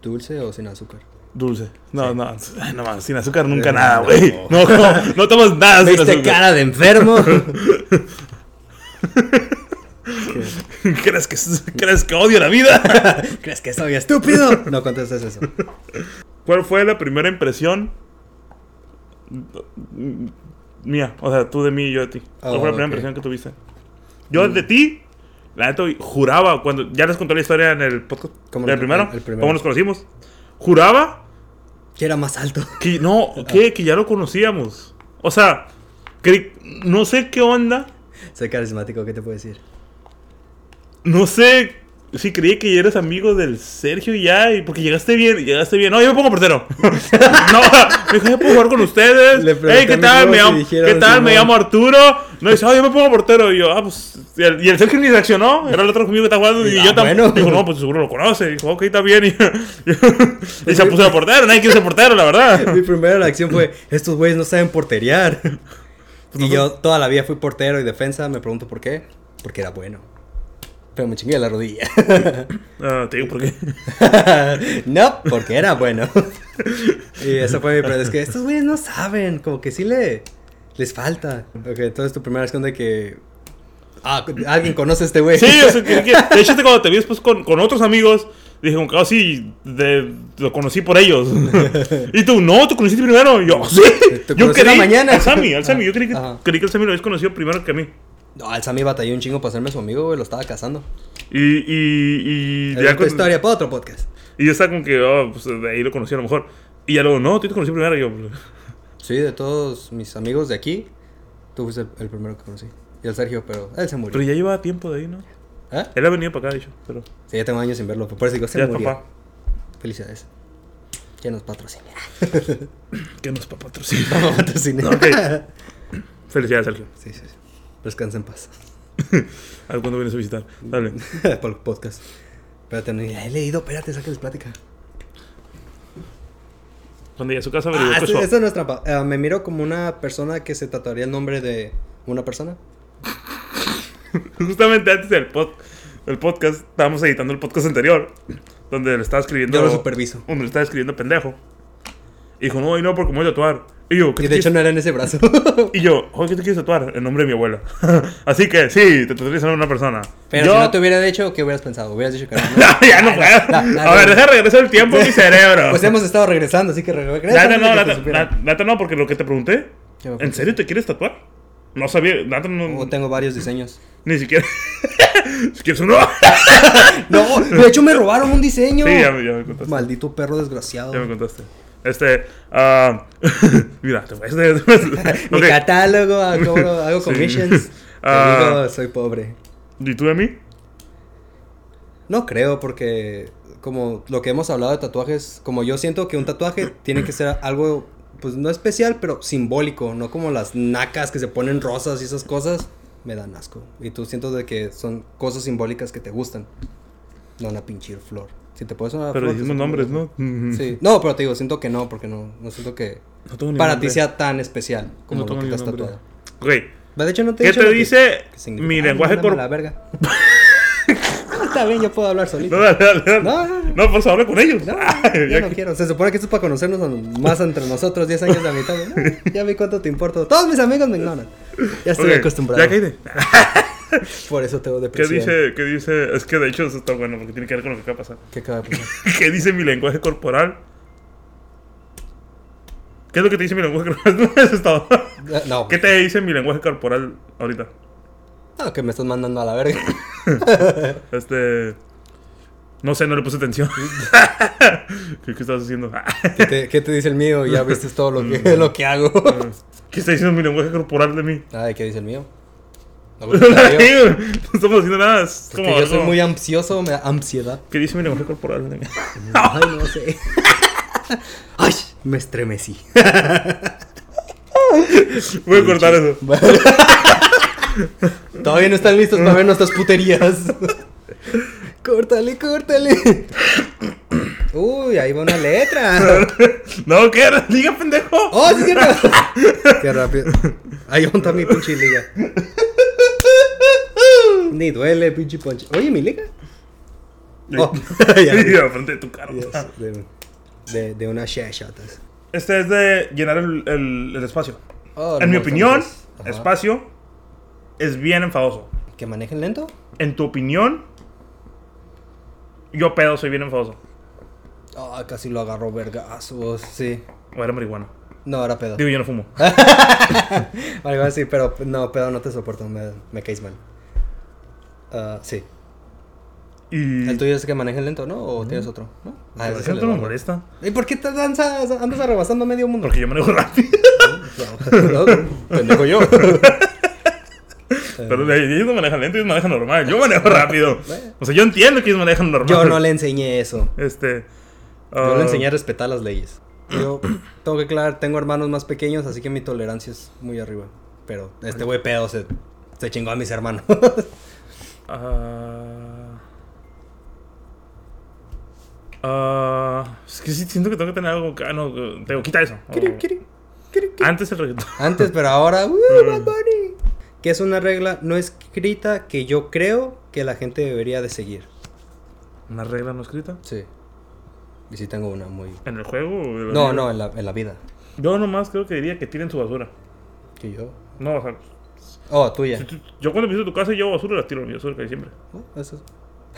¿Dulce o sin azúcar? Dulce. No, Sí. Eh, no. ay, No más. Sin azúcar nunca nada, no. güey. No, no, no tomas nada Ah, sin ¿Viste azúcar. cara de enfermo? ¿Crees que, ¿Crees que odio la vida? ¿Crees que soy estúpido? No contestes eso. ¿Cuál fue la primera impresión? Mía, o sea, tú de mí y yo de ti. ¿Cuál Oh, fue la ok. Mm. primera impresión que tuviste? Yo de ti, la neta, juraba cuando. Ya les conté la historia en el podcast. ¿Cómo el, nos- primero, el primero. ¿Cómo nos conocimos? Juraba Que era más alto. que. No, que, que ya lo conocíamos. O sea, que, no sé qué onda. Soy carismático, ¿qué te puedo decir? No sé si creí que eres amigo del Sergio y ya, y porque llegaste bien, llegaste bien. No, yo me pongo portero. no, me dijo, yo puedo jugar con ustedes. Le pregunté Ey, ¿qué a mis tal? amigos y Me llamo, dijeron, ¿Qué tal? Me Simón. llamo Arturo. No, dice, ah, yo me pongo portero. Y yo, ah, pues. Y el, y el Sergio ni reaccionó. Era el otro conmigo que estaba jugando. Y Ah, yo también. bueno. Dijo, no, pues seguro lo conoce. Dijo, ok, está bien. Y, y se puso de portero. Nadie quiere ser portero, la verdad. Mi primera reacción fue, estos güeyes no saben porterear. Pues Y yo toda la vida fui portero y defensa, me pregunto por qué. Porque era bueno. Pero me chingué la rodilla. Ah, te digo, ¿por qué? no, porque era bueno. y esa fue mi pregunta. Es que estos güeyes no saben, como que sí le, les falta. Ok, entonces tu primera reacción de que... Ah, alguien conoce a este güey. Sí, o sea, que- que- de hecho, este, cuando te vi después con, con otros amigos, dije, como que, ah, sí, de- lo conocí por ellos. y tú, no, tú conociste primero. Y yo, "Oh, sí. Te yo conocí en la creí- mañana. Al Sammy, al Sammy. Yo creí que, Ajá. creí que el Sammy lo habías conocido primero que a mí. No, el Sammy batalló un chingo para hacerme su amigo, güey. Lo estaba cazando. Y, y, y, Es ya otra con- historia para otro podcast. y yo estaba como que, oh, pues de ahí lo conocí a lo mejor. Y ya luego, no, tú te conocí primero. Y yo, Sí, de todos mis amigos de aquí, tú fuiste el, el primero que conocí. Y el Sergio, pero él se pero murió. ya llevaba tiempo de ahí, ¿no? ¿Eh? Él ha venido para acá, de hecho, pero Sí, ya tengo años sin verlo. Por eso digo, se ya es murió. papá. Felicidades. Que nos patrocina. Que nos papá patrocina. Vamos a patrocinar. Ok. Felicidades, Sergio. Sí, sí, sí. Descansa en paz. A ver cuándo vienes a visitar. Dale. Por el podcast. Espérate, no he leído. Espérate, sáquenles plática. Cuando llegue a su casa, averigua Ah, qué sí, show. esa es nuestra. pa- eh, me miro como una persona que se tatuaría el nombre de una persona. Justamente antes del pod- del podcast, estábamos editando el podcast anterior, donde le estaba escribiendo. Yo lo superviso. Donde le estaba escribiendo pendejo. Y dijo, no, y no, porque me voy a tatuar. Y yo, ¿qué Y te de hecho quieres- no era en ese brazo. y yo, "Oye, ¿qué te quieres tatuar? El nombre de mi abuela. Así que, sí, te tatuarías en una persona. Pero yo, si no te hubiera dicho, ¿qué hubieras pensado? Hubieras dicho que era. ¿no? No, ya no puedo. no, no, a ver, no. deja regresar el tiempo a mi cerebro. Pues hemos estado regresando, así que regresa. Nata, antes de no, que te Nata- supieran. Na- Nata, no, porque lo que te pregunté, ¿Qué me ¿en preguntaste? serio te quieres tatuar? No sabía, Nata no, Oh, tengo varios diseños. ni siquiera. si quieres uno. No, de hecho me robaron un diseño. sí, ya, me- ya me contaste. Maldito perro Ya me desgraciado. contaste. Este, ah, mira, te voy a hacer- Mi Ok. catálogo, hago, hago Sí. commissions. Te Ah. digo, soy pobre. ¿Y tú de mí? No creo, porque como lo que hemos hablado de tatuajes, como yo siento que un tatuaje tiene que ser algo, pues no especial, pero simbólico, no como las nacas que se ponen rosas y esas cosas, me dan asco. Y tú siento de que son cosas simbólicas que te gustan, no una pinche flor. Si te puedes una Pero flor, te dijimos siento- nombres, ¿no? Mm, Sí. No, pero te digo, siento que no, porque no, no siento que No tengo ni para nombre. ti sea tan especial como No lo tengo que ni te has nombre. tatuado. Ok. Va, De hecho, no te he ¿Qué dicho te lo que- dice que significa. mi Ah, lenguaje mándame la corporal? verga. No, Está bien, yo puedo hablar solito. No, dale, dale, dale. No, no, no. No, por favor, habla con ellos. No, Ah, yo ya no que- quiero. Se supone que esto es para conocernos an- más entre nosotros, 10 años de amistad. No, ya vi cuánto te importo. Todos mis amigos me ignoran. Ya estoy Ok, acostumbrado. Ah, Ya caíste. Por eso tengo ¿Qué depresión. dice? ¿Qué dice? Es que de hecho eso está bueno porque tiene que ver con lo que acaba de pasar. ¿Qué acaba de pasar? ¿Qué dice mi lenguaje corporal? ¿Qué es lo que te dice mi lenguaje corporal? No, eso es todo. Eh, No, ¿Qué te dice mi lenguaje corporal ahorita? no, que me estás mandando a la verga. Este. No sé, no le puse atención. ¿Qué, qué estás haciendo? ¿Qué te, qué te dice el mío? Ya viste todo lo que, lo que hago. ¿Qué está diciendo mi lenguaje corporal de mí? Ay, ¿qué dice el mío? No, No porque te digo. estamos haciendo nada. Es Pues, Es como que yo soy algo- muy ansioso, me da ansiedad. ¿Qué dice mi lenguaje corporal de mí? Ay, no sé. Ay, me estremecí. Voy a cortar eso. Todavía no están listos para ver nuestras puterías. córtale, córtale. Uy, ahí va una letra. No, ¿qué era? Liga, pendejo. ¡Oh, sí, es cierto! Qué rápido. Ahí monta mi pinche liga. Ni duele, pinche ponche. Oye, mi liga. Oh, ya. Y enfrente de tu carta. Dios, de, de, pues. de unas chachotas. Este es de llenar el, el- el espacio. Oh, en mi hermoso, opinión, hermoso. Ajá. espacio es bien enfadoso. ¿Que manejen lento? En tu opinión, yo pedo soy bien enfadoso. Ah, casi lo agarró vergazos, sí. O era marihuana. No, ahora pedo. Digo, yo no fumo. Vale, iba a decir, pero no, pedo, no te soporto, me, me caes mal. Ah, sí. Y. ¿El tuyo es que manejen lento, no? ¿O tienes otro? ¿No? Ah, ese Eso es el no me de- molesta. ¿Y por qué te danzas, andas arrebasando medio mundo? Porque yo manejo rápido. No, pendejo yo. Pero Eh. ellos no manejan lento, ellos manejan normal. Yo manejo rápido. O sea, yo entiendo que ellos manejan normal. Yo no le enseñé eso. Este. Yo ah, le enseñé a respetar las leyes. Yo tengo que aclarar, tengo hermanos más pequeños, así que mi tolerancia es muy arriba. Pero este güey pedo se, se chingó a mis hermanos. ah, ah, es que sí siento que tengo que tener algo. Ah, no, tengo, quita eso. O- Kiri, kiri, kiri, kiri. Antes el reggaetón. Antes, pero ahora, Mm. ¡uh, Bad Bunny! Que es una regla no escrita que yo creo que la gente debería de seguir. Una regla no escrita. Sí. Y sí tengo una muy... ¿En el juego? o en la No, vida? no, en la, en la vida. Yo nomás creo que diría que tiren su basura. Que yo... No, o sea, Oh, tuya. tú- yo cuando piso tu casa llevo basura, las tiro en mi basura que hay siempre. Oh, eso es...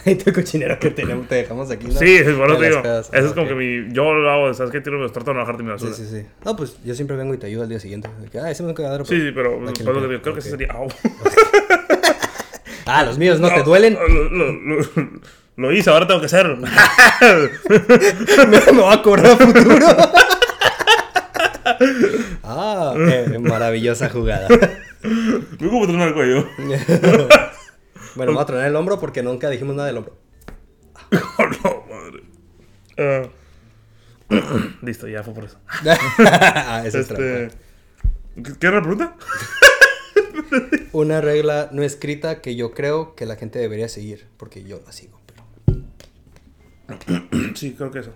Ahí te cochinero que tenemos, te dejamos aquí. ¿no? Sí, es bueno, De te las digo. pedas. Eso es Ah, como ok. que mi. Yo lo hago, ¿sabes qué? Tiro, trato de no bajarte mi basura. Sí, sí, sí. No, pues yo siempre vengo y te ayudo al día siguiente. De que, ah, ese me un cagadero. Sí, sí, pero Hay que por lo limpiar. que digo, creo que Ok. sí sería. oh, Au. Ah, los míos no, te duelen. Lo, lo- lo- lo hice, ahora tengo que hacerlo. me, me va a cobrar a futuro. ah, eh, maravillosa jugada. Me como tronar el cuello. bueno, me voy a tronar el hombro porque nunca dijimos nada del hombro. Oh, no, madre. Ah. Listo, ya fue por eso. Ah, esa es Este. ¿Qué qué era la pregunta? trampa. Una regla no escrita que yo creo que la gente debería seguir porque yo la sigo. Pero... Sí, creo que eso.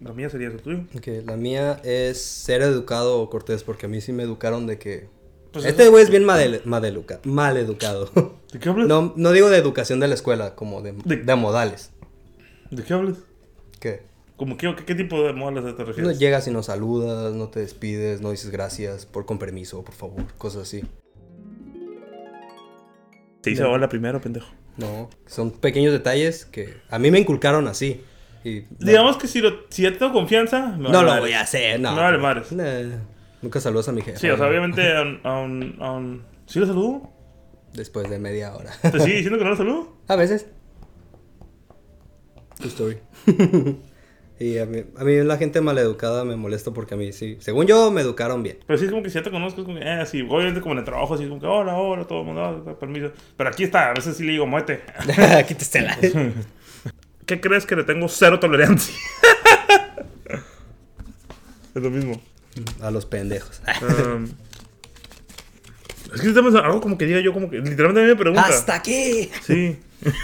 La mía sería eso tuyo. Ok, la mía es ser educado o cortés porque a mí sí me educaron de que... Pues este güey es bien madel- madeluca- mal educado. ¿De qué hablas? No, no digo de educación de la escuela, como de, Pues, De- de modales. ¿De qué hablas? Que ¿Cómo qué, qué, qué tipo de modas te no refieres? llegas y no saludas, no te despides, no dices gracias, por con permiso, por favor, cosas así. Te dice hola primero, pendejo. No, son pequeños detalles que a mí me inculcaron así. Y Digamos que si, lo, si ya tengo confianza, no, me vale no lo madre. voy a hacer, no. Me vale madres. Nah, nunca saludas a mi jefe. Sí, o sea, obviamente a un. a un- a un- ¿Sí lo saludo? Después de media hora. ¿Te sigue diciendo que no lo saludo? a veces. True story. y a mí, a mí la gente maleducada me molesta porque a mí sí. Según yo, me educaron bien. Pero sí es como que si ya te conozco, es como que, eh, sí, obviamente como en el trabajo, así como que, hola, hola, todo el mundo, ah, da permiso. Pero aquí está, a veces sí le digo, muete. Quítasela. ¿Qué crees que le tengo cero tolerancia? es lo mismo. a los pendejos. Um, es que necesitamos algo como que diga yo, como que literalmente a mí me pregunta. ¡Hasta aquí! Sí.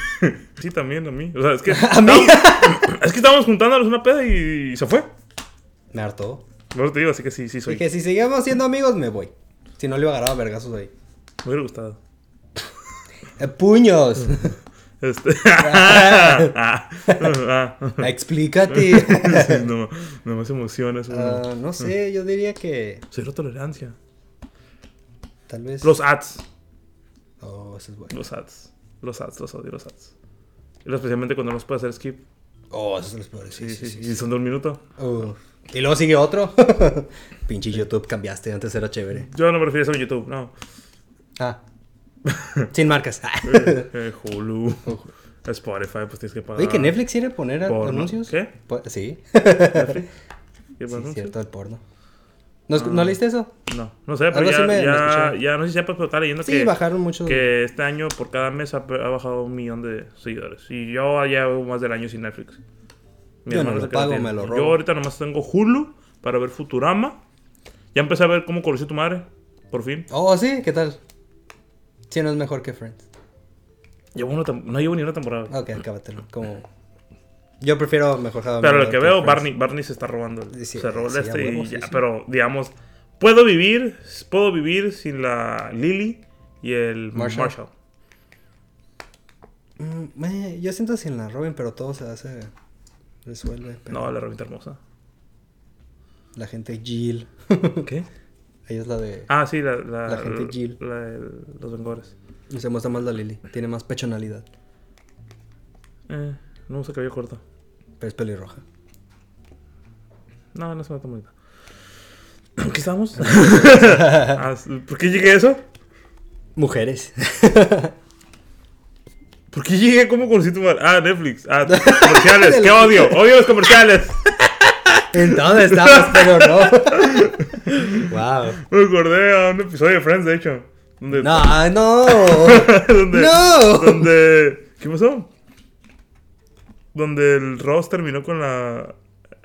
sí, también a mí. O sea, es que. ¿A mí? estábamos- es que estábamos juntándonos una peda y, se fue. Me hartó. No te digo, así que sí, sí soy. Dije, si seguimos siendo amigos, me voy. Si no, le iba a agarrar a vergazos ahí. Me hubiera gustado. Eh, ¡Puños! Este. Ah, ah, ah. Explícate. Sí, no, nomás emociones. uno. Ah, no sé, yo diría que Cero tolerancia. tal vez... Los ads. Oh, eso es bueno. Los ads. Los ads, los odio, los ads. Y Especialmente cuando no los puede hacer skip. Oh, esos son los peores. Sí, Sí, sí, sí. Y son de un minuto. Uf. Y luego sigue otro. Pinche YouTube, cambiaste. Antes era chévere. Yo no me refiero a eso en YouTube, no. Ah. Sin marcas. Eh, Hulu. Spotify, pues tienes que pagar. Oye, que Netflix quiere poner a- Porno. anuncios. ¿Qué? Po- Sí. ¿Qué Sí, pasó? cierto, el porno. ¿No, escu- ¿no leíste eso? No, no sé, pero Algo así ya, me- me ya, escuché. ya no sé si sepas, pero estaba leyendo Sí, que, bajaron mucho. que este año por cada mes ha, ha bajado un millón de seguidores. Y yo ya llevo más del año sin Netflix. Mi Yo no hermano lo es el que la pago, tiene. me lo Yo robo. ahorita nomás tengo Hulu para ver Futurama. Ya empecé a ver cómo conocí a tu madre, por fin. Oh, sí, ¿qué tal? Sí, no es mejor que Friends. Llevo una tem- no llevo ni una temporada. güey. Ok, acábatelo. Como... Yo prefiero mejor How I Met Mm. pero lo Your que Mother veo, Friends. Barney, Barney se está robando. el- Sí, se robó sí, el este a huevo, y sí, ya. sí. Pero digamos, puedo vivir, puedo vivir sin la Lily y el Marshall. Marshall. Mm, eh, yo siento sin la Robin, pero todo se hace. Resuelve. pero No, la herramienta hermosa. La gente Jill. ¿Qué? Ella es la de. Ah, sí, la, la, La gente Jill. la de los Vengores. Se muestra más la Lily. Tiene más pechonalidad. Eh, no usa cabello corto. Pero es pelirroja. No, no se me tan bonita. ¿Qué estamos? Ah, ¿Por qué llegué a eso? Mujeres. ¿Por qué llegué? ¿Cómo conocí tu madre? Ah, Netflix. Ah, comerciales. ¡Qué odio! ¡Odio los comerciales! ¿En dónde estamos? Pero no. wow. Me acordé a un episodio de Friends, de hecho. Donde, No, ah, no. donde, no. Donde... ¿Qué pasó? Donde el Ross terminó con la...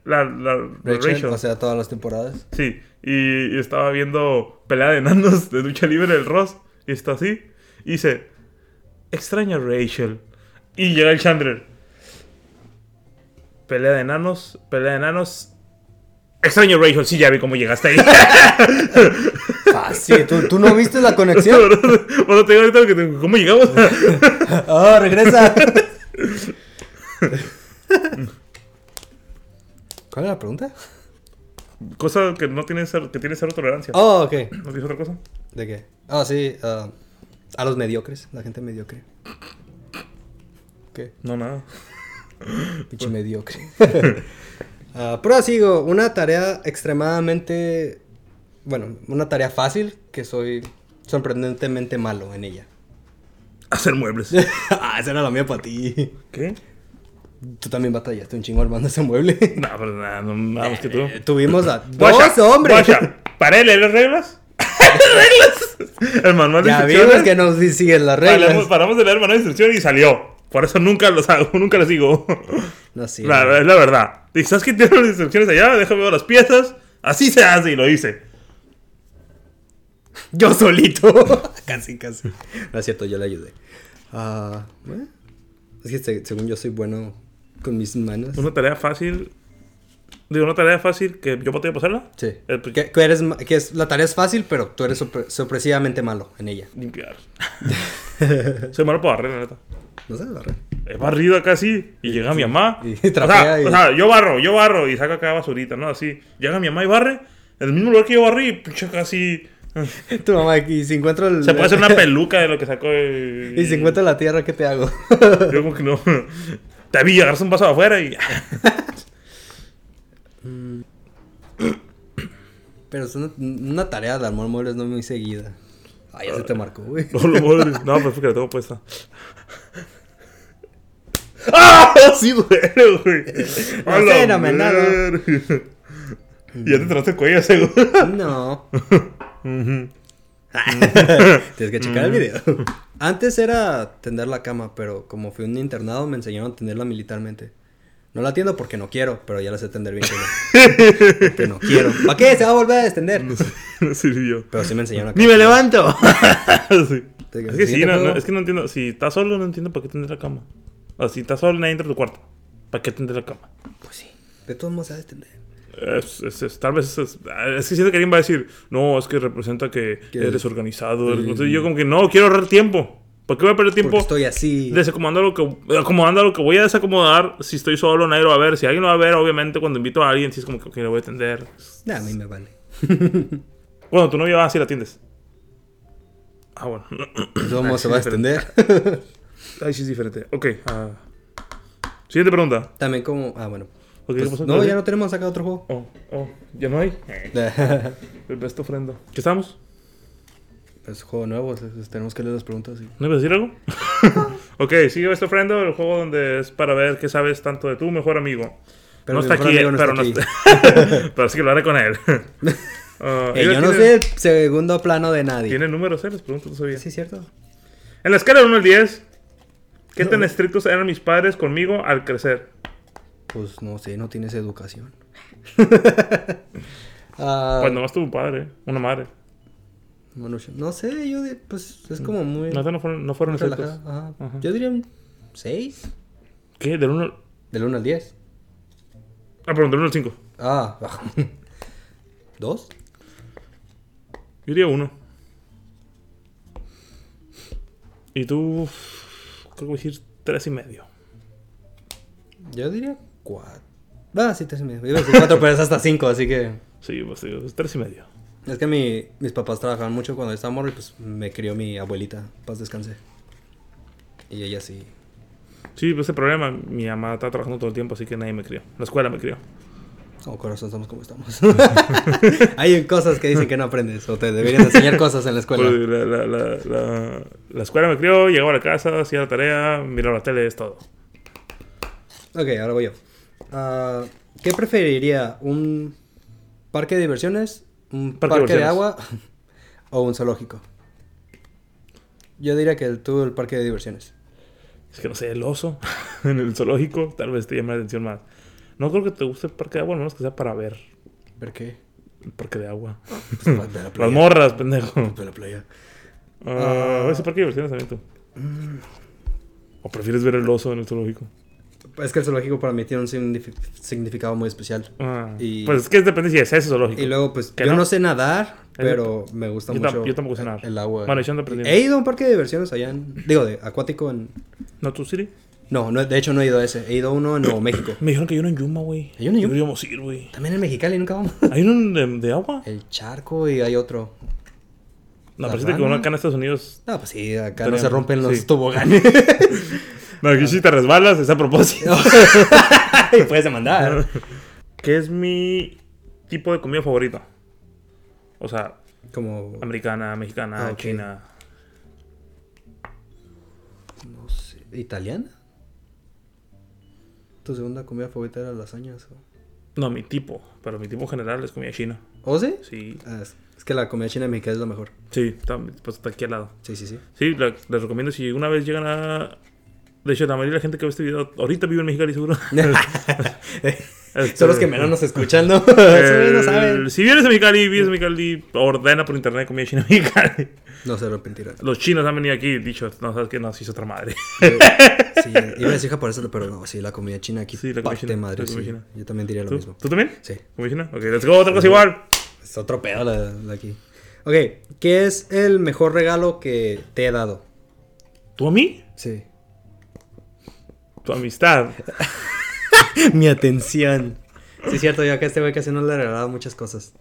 La... La... la Rachel, Rachel. o sea, todas las temporadas. Sí, y, y estaba viendo pelea de enanos de lucha libre del Ross. Y está así. Y dice: Extraña a Rachel. Y llega el Chandler. Pelea de enanos, pelea de enanos. Extraño a Rachel, sí, ya vi cómo llegaste ahí. Fácil. Ah, ¿Tú, tú no viste la conexión. Bueno, te digo ahorita que te- ¿Cómo llegamos? Oh, regresa. ¿Cuál era la pregunta? Cosa que no tiene cero, que tiene cero tolerancia. Oh, ok. ¿No dices otra cosa? ¿De qué? Ah, sí. ah, a los mediocres, la gente mediocre. ¿Qué? Pues- No, nada. Pinche mediocre. Ah, prosigo. Una tarea extremadamente. Bueno, una tarea fácil que soy sorprendentemente malo en ella. Hacer muebles. ah, esa era la mía para ti. ¿Qué? Tú también batallaste un chingo armando ese mueble. No, pero nada, no, nada más que tú. Eh, Tuvimos a Guacha, dos hombres. guacha, ¿Para él leer las reglas? ¡Reglas! El manual de Ya vimos instrucciones. que nos siguen las paramos, reglas. paramos de leer el manual de instrucciones y salió. Por eso nunca los hago, nunca lo sigo. No, sí. La- es la verdad. Y sabes que tiene las instrucciones allá, déjame ver las piezas. Así se hace y lo hice. Yo solito. casi, casi. No es cierto, yo le ayudé. Ah, bueno. Es que se- según yo soy bueno con mis manos. Una tarea fácil. Digo, una tarea fácil que yo podía pasarla. Eh, pues, Sí. El pri- Que, que eres, ma- que es, la tarea es fácil, pero tú eres sorpre- sorpresivamente malo en ella. Limpiar. Soy malo para barrer, la neta. No sé, barrer. He barrido acá así y llega mi mamá. Y o, trapea sea, y- o sea, yo barro, yo barro y saco acá basurita, ¿no? Así. Llega mi mamá y barre en el mismo lugar que yo barrí y pinche casi. Tu mamá aquí, si encuentro el- Se puede hacer una peluca de lo que sacó. Y, Y si encuentro la tierra, ¿qué te hago? Yo como que no. Te vi llegarse un vaso de afuera y. pero es una, una tarea de armar muebles no muy seguida. Ay, ya se te marcó, güey. No, lo madre. No, pues porque la tengo puesta. ¡Ah! Sí duele, güey. A la Fenomenal. verga. Y ya te traste el cuello ese, güey. No. Tienes que checar el video. Mm. Antes era tender la cama, pero como fui un internado me enseñaron a tenderla militarmente. No la tiendo porque no quiero, pero ya la sé tender bien. Que no, Porque no quiero. ¿Para qué? Se va a volver a extender. No sirvió. Pero sí me enseñaron a ¡Ni me levanto! Sí. Te- Es que sí, siguiente no, no, juego. es que no entiendo. Si estás solo, no entiendo para qué tender la cama. O si estás solo, nadie entra a tu cuarto. ¿Para qué tender la cama? Pues sí. De todos modos se va a extender. Es, es- es- tal vez es, es que siento que alguien va a decir, no, es que representa que eres organizado. eres- Entonces yo como que no, quiero ahorrar tiempo. ¿Por qué voy a perder Porque tiempo estoy así. desacomodando lo que, acomodando lo que voy a desacomodar si estoy solo, nadie lo va a ver? Si alguien lo va a ver, obviamente cuando invito a alguien, sí es como que ok, lo voy a atender. Nah, a mí me vale. Bueno, tú no llevas así la atiendes. Ah, bueno. De todos modos se va a extender. Ahí sí es diferente. Ok. ah. Siguiente pregunta. También como... Ah, bueno. Ok, ¿qué Pues, pasó? no, ya no tenemos acá otro juego. Oh, oh, ya no hay. El best ofrenda. ¿Qué estamos? Es juego nuevo, entonces tenemos que leer las preguntas. y- ¿No ibas a decir algo? ok, sigue Best of Friend, el juego donde es para ver qué sabes tanto de tu mejor amigo. Pero no mi está mejor aquí, amigo eh, no pero no está está. pero sí que lo haré con él. Ah, Eh, ella yo no tiene- sé el segundo plano de nadie. Tiene números, eh, les pregunto todavía. Sí, cierto. En la escala de 1 al 10, ¿qué tan estrictos eran mis padres conmigo al crecer? Pues no sé, no tienes educación. Ah, Pues nomás tuvo un padre, una madre. Manucho. No sé, yo di- pues es como muy. Mm. No, no fueron, no fueron relajada. exactos. Ajá. Ajá. Yo diría un 6. ¿Qué? Del 1 al... Del 1 al 10. Ah, perdón, del 1 al 5. Ah, ¿Dos? Yo diría 1. Y tú... Creo que voy a decir 3 y medio. Yo diría cuatro. Ah, sí, tres y medio. Iba a decir cuatro, pero es hasta cinco, así que. Sí, pues digo, es 3 y medio. Es que mi- mis papás trabajaban mucho cuando yo estaba morro y pues me crió mi abuelita. Paz descanse. Y ella sí. Sí, pues ese problema. Mi mamá está trabajando todo el tiempo, así que nadie me crió. La escuela me crió. Oh, corazón, estamos como estamos. Hay cosas que dicen que no aprendes o te deberían enseñar cosas en la escuela. Pues, la, la- la- la- la escuela me crió, llegaba a la casa, hacía la tarea, miraba la tele, es todo. Ok, ahora voy yo. Ah, ¿Qué preferiría? ¿Un parque de diversiones? ¿Un Parque parque, de de diversiones. agua? ¿O un zoológico? Yo diría que el- tú el parque de diversiones. Es que no sé, el oso en el zoológico tal vez te llame la atención más. No creo que te guste el parque de agua, al menos que sea para ver ¿Por qué? el parque de agua. Pues, pa- de la Las playa. morras, pendejo. De la playa. Ah, ese parque de diversiones también tú. ¿O prefieres ver el oso en el zoológico? Es que el zoológico para mí tiene un signifi- significado muy especial. Ah, Y- Pues es que depende si es ese zoológico. Y luego, pues, ¿Que yo no? no sé nadar, pero me gusta Yo tam- mucho yo tampoco sé nadar. el agua. Bueno, yo ando aprendiendo. He ido a un parque de diversiones allá en... Digo, de acuático en... ¿No tú, Siri? No, no, de hecho no he ido a ese. He ido a uno en Nuevo México. Me dijeron que hay uno en Yuma, güey. ¿Hay uno en Yuma? Deberíamos ir, güey. También en Mexicali, nunca vamos. ¿Hay uno de, de agua? El charco y hay otro. La No, parece que uno rana. acá en Estados Unidos. No, pues sí, acá no Estaría- se rompen los sí. toboganes. No, aquí si te resbalas, es a propósito. y puedes demandar. ¿Qué es mi tipo de comida favorita? O sea, Como... americana, mexicana, Ah, ok. china. No sé. ¿Italiana? Tu segunda comida favorita era lasañas. o- No, mi tipo, pero mi tipo general es comida china. ¿O sí? Sí, Ah, es- es que la comida china mexicana es la mejor. sí, está, pues está aquí al lado. Sí, sí, sí. Sí, la- les recomiendo si una vez llegan a... De hecho, la mayoría de la gente que ve este video ahorita vive en Mexicali, seguro. Este, Son los que menos nos escuchan, ¿no? Eso eh, bien no saben. Si vienes a Mexicali, vives en Mexicali, ordena por internet comida china en Mexicali. No se arrepentirán. Los chinos han venido aquí, dicho, no sabes que nos hizo otra madre. Sí, iba a decir japonesa, pero no, sí, la comida china aquí. Sí, la comida parte china, madre, la comida sí. china. Yo también diría lo ¿Tú, mismo. ¿Tú también? Sí. ¿Comida china? Ok, let's go, otra cosa igual. Es otro pedo la, la aquí. Ok, ¿qué es el mejor regalo que te he dado? ¿Tú a mí? Sí. Tu amistad. Mi atención. Sí, es cierto, yo acá a este güey casi no le he regalado muchas cosas.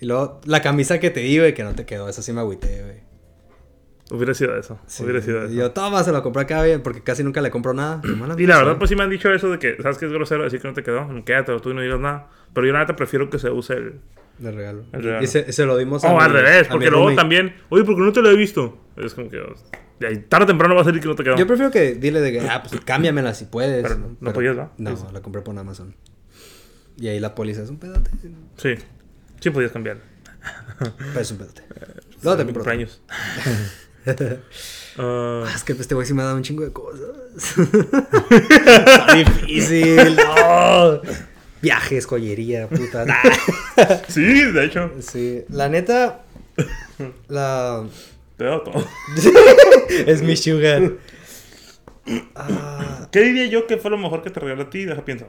Y luego, la camisa que te di, güey, que no te quedó, esa sí me agüité, güey. Hubiera sido eso. Sí, hubiera sido y eso. yo, toma, se lo compré acá, güey, porque casi nunca le compro nada. Y la verdad, pues sí me han dicho eso de que, ¿sabes qué es grosero decir que no te quedó? Quédate, tú no digas nada. Pero yo la neta prefiero que se use el... Le regalo. El regalo. Y se, se lo dimos O mi- Oh, al revés, a mi porque luego roomie. también... Oye, porque no te lo he visto? Es como que... oh, de ahí, tarde o temprano va a salir que no te quedó. Yo prefiero que dile de que, ah, pues cámbiamela si puedes. Pero no- no podías, ¿verdad? No, Sí. la compré por Amazon. Y ahí la póliza es un pedote. Sí. Sí podías cambiar. Pero es un pedote. No, te Mi compro. otra. Eh, cumpleaños. Ah, Ah, Es que este güey sí me ha dado un chingo de cosas. Está difícil. Ah, no. Viajes, joyería, puta. ah, sí, de hecho. Sí, la neta. La. Te he dado todo. es mi sugar. Ah, ¿Qué diría yo que fue lo mejor que te regaló a ti? Deja pienso.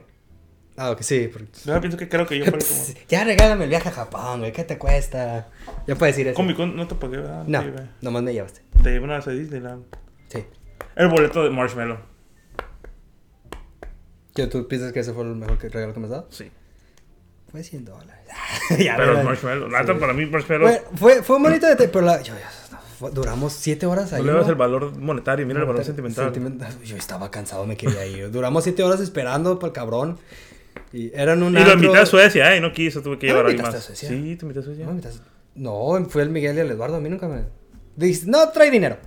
ah, ok, sí. porque- Deja pienso que creo que yo fue lo que más... Ya regálame el viaje a Japón, güey. ¿Qué te cuesta? Ya puedes decir eso. Comic Con no te pagué, ¿verdad? No, Sí, güey. nomás me llevaste. Te llevé una vez a Disneyland. Sí. El boleto de Marshmallow. ¿Yo tú piensas que ese fue el mejor que- regalo que me has dado? Sí. Fue 100 dólares. Ya, Pero ¿verdad? Marshmallow. La neta, Sí. para mí Marshmallow... Bueno, fue, fue un bonito detalle, pero la- yo- yo- fue- duramos 7 horas ahí. No le das ¿no? el valor monetario, mira el valor sentimental. Sentimental. Yo estaba cansado, me quería ir. Duramos 7 horas esperando para el cabrón. Y eran un y lo antro- invité a Suecia, ¿eh? No quiso, tuve que Ah, llevar a alguien invitaste más. a Suecia. Ah. Sí, te invité a No, Suecia. me invitas- no, fue el Miguel y el Eduardo. A mí nunca me. Dijiste, no, trae dinero.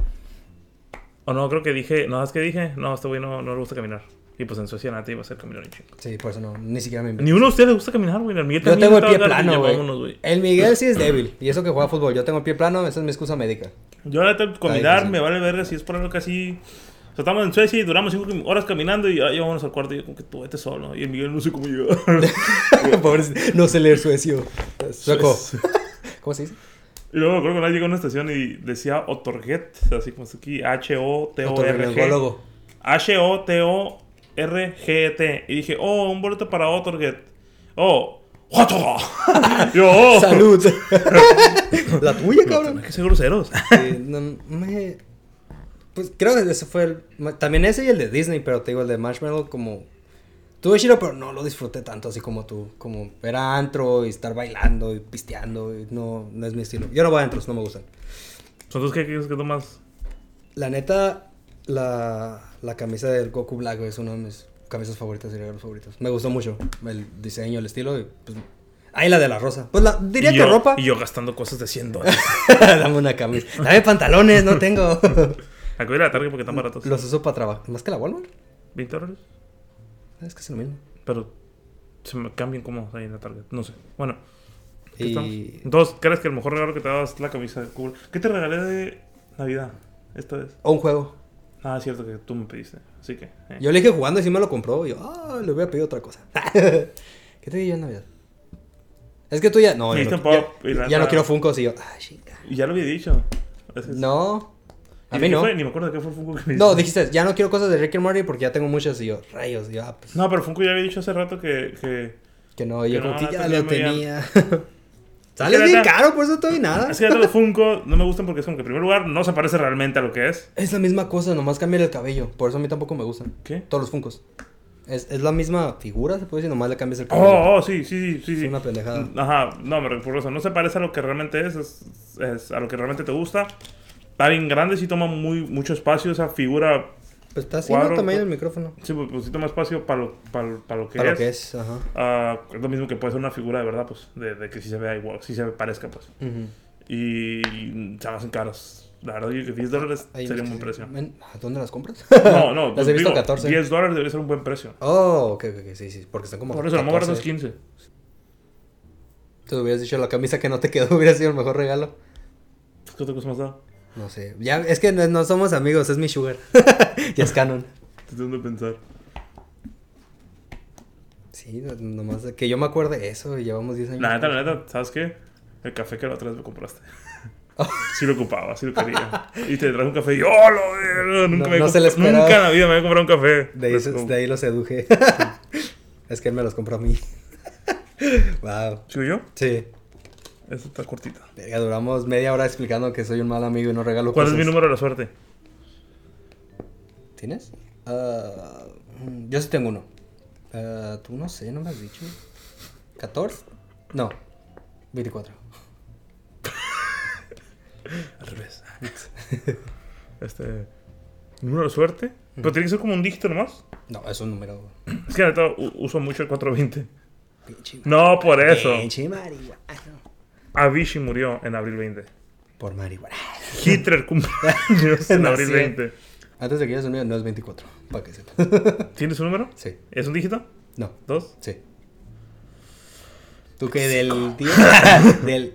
O no, creo que dije, no, es que dije, no, a este güey no, no le gusta caminar. Y pues en Suecia nada te iba a hacer caminar un chingo. Sí, por eso no, ni siquiera me invitó. Ni uno de ustedes le gusta caminar, güey. Al Miguel Yo también tengo el estaba pie acá, plano, ya güey. vámonos, güey. El Miguel sí es débil. Y eso que juega fútbol. Yo tengo el pie plano, esa es mi excusa médica. Yo la neta, caminar difícil. me vale verga si es por algo que así... O sea, estamos en Suecia y duramos cinco horas caminando y ya ya vámonos al cuarto. Y yo, como que tú vete solo. Y el Miguel no sé cómo llegar. Pobrecito. No sé leer suecio. Sueco. ¿Cómo se dice? Y luego me acuerdo que una vez llegué a una estación y decía Otorget, así como está aquí, H-O-T-O-R-G. Otorrinolaringólogo. H-O-T-O-R-G-T. E Y dije, oh, un boleto para Otorget. Oh, ¡Joto! Yo, oh. Salud. La tuya, cabrón. Qué seguro groseros. Sí, no, me- Pues creo que ese fue el... ma- También ese y el de Disney, pero te digo, el de Marshmallow como... Tuve chido, pero no lo disfruté tanto así como tú. Como era antro y estar bailando y pisteando. y no, no es mi estilo. Yo no voy a antros, no me gustan. ¿Son tus qué quieres que tomas? La neta, la, la camisa del Goku Black güey, es una de mis camisas favoritas y regalos favoritos. Me gustó mucho el diseño, el estilo. Y, pues, ahí la de la rosa. Pues la, diría Y que yo- ropa. Y yo gastando cosas de 100 dólares. Dame una camisa. Dame pantalones, no tengo. Acuérdate de la tarde porque están baratos. Los uso para trabajar. Más que la Walmart. ¿20 dólares? Es que es lo mismo. Pero se me cambian como ahí en la tarde. No sé. Bueno. ¿qué Y- estamos? Entonces, ¿crees que el mejor regalo que te dabas es la camisa de cubo? ¿Qué te regalé de Navidad esta vez? O un juego. Ah, es cierto que tú me pediste. Así que. eh. Yo le dije jugando y sí me lo compró. Y yo, ah, le hubiera pedido otra cosa. ¿Qué te di yo en Navidad? Es que tú ya. No, ya Dijiste no, un pop ya- y la ya no neta- quiero Funkos. Y yo, ah, chica. Y ya lo había dicho. Es- es- No. A ¿Y mí qué no. fue? Ni me acuerdo de qué fue el Funko que me No, diste. dijiste, ya no quiero cosas de Rick and Morty porque ya tengo muchas. Y yo, rayos. Y yo, ah, pues No, pero Funko ya había dicho hace rato que. que... que no. Y yo, Que como no, que ya lo esto ya me- ya- tenía. Sale bien neta- caro, por eso todavía nada. Es que ya todos los Funko no me gustan porque es como que en primer lugar no se parece realmente a lo que es. Es la misma cosa, nomás cambia el cabello. Por eso a mí tampoco me gustan. ¿Qué? Todos los funcos. Es, es la misma figura, se puede decir, nomás le cambias el cabello. Oh, oh, sí, sí, sí, sí. Es sí. una pendejada. Ajá, no, me refiero por eso. No se parece a lo que realmente es, es, es a lo que realmente te gusta. Está bien grande, sí toma muy, mucho espacio esa figura. Pues está así, Cuadro, ¿no? Tamaño cu- del micrófono. Sí, pues, pues sí toma espacio para lo, para, lo- para lo que Para es. lo que es, ajá. Ah, es lo mismo que puede ser una figura de verdad, pues, de, de que sí se vea igual, sí se parezca, pues. Ujú. Y, y se me hacen caras. La verdad, yo que 10 dólares Ahí sería un me- buen precio. Men, ¿A dónde las compras? No, no, las he visto digo, a 14. 10 dólares debería ser un buen precio. Oh, ok, ok, ok, sí, sí. Porque están como. Por eso, lo más barato es 14. 15. Tú hubieras dicho la camisa que no te quedó, hubiera sido el mejor regalo. ¿Qué otra cosa más da? No sé. Ya, es que no, no somos amigos, es mi sugar. ya es canon. Te tengo que pensar. Sí, no- nomás que yo me acuerde eso, y llevamos 10 años. La neta, la neta, ¿sabes qué? El café que la otra vez me compraste. Sí lo ocupaba, sí lo quería. Y te traje un café y yo, ¡oh, lo verga! Nunca, No- me no comp- se le esperaba. nunca en la vida me había comprado un café. De ahí, Let's se- go. de ahí los seduje. es que él me los compró a mí. wow. ¿Sigo yo? Sí. Esta está cortita. Verga, duramos media hora explicando que soy un mal amigo y no regalo ¿Cuál es mi cosas. número de la suerte? ¿Tienes? Ah, mm, yo sí tengo uno. Ah, Tú no sé, no me has dicho. ¿14? No. 24. Al revés. Este. ¿Número de la suerte? Pero tiene que ser como un dígito nomás. No, es un número. Es que la neta u- uso mucho el 420. Pinche No, por eso. Pinche marihuana. Avicii murió en abril 20. Por marihuana. Hitler cumpleaños en abril Nació. 20. Antes de que yo se uniera, no es 24. Para que sepa. ¿Tienes un número? sí. ¿Es un dígito? No. ¿Dos? Sí. ¿Tú qué? Del 10. del.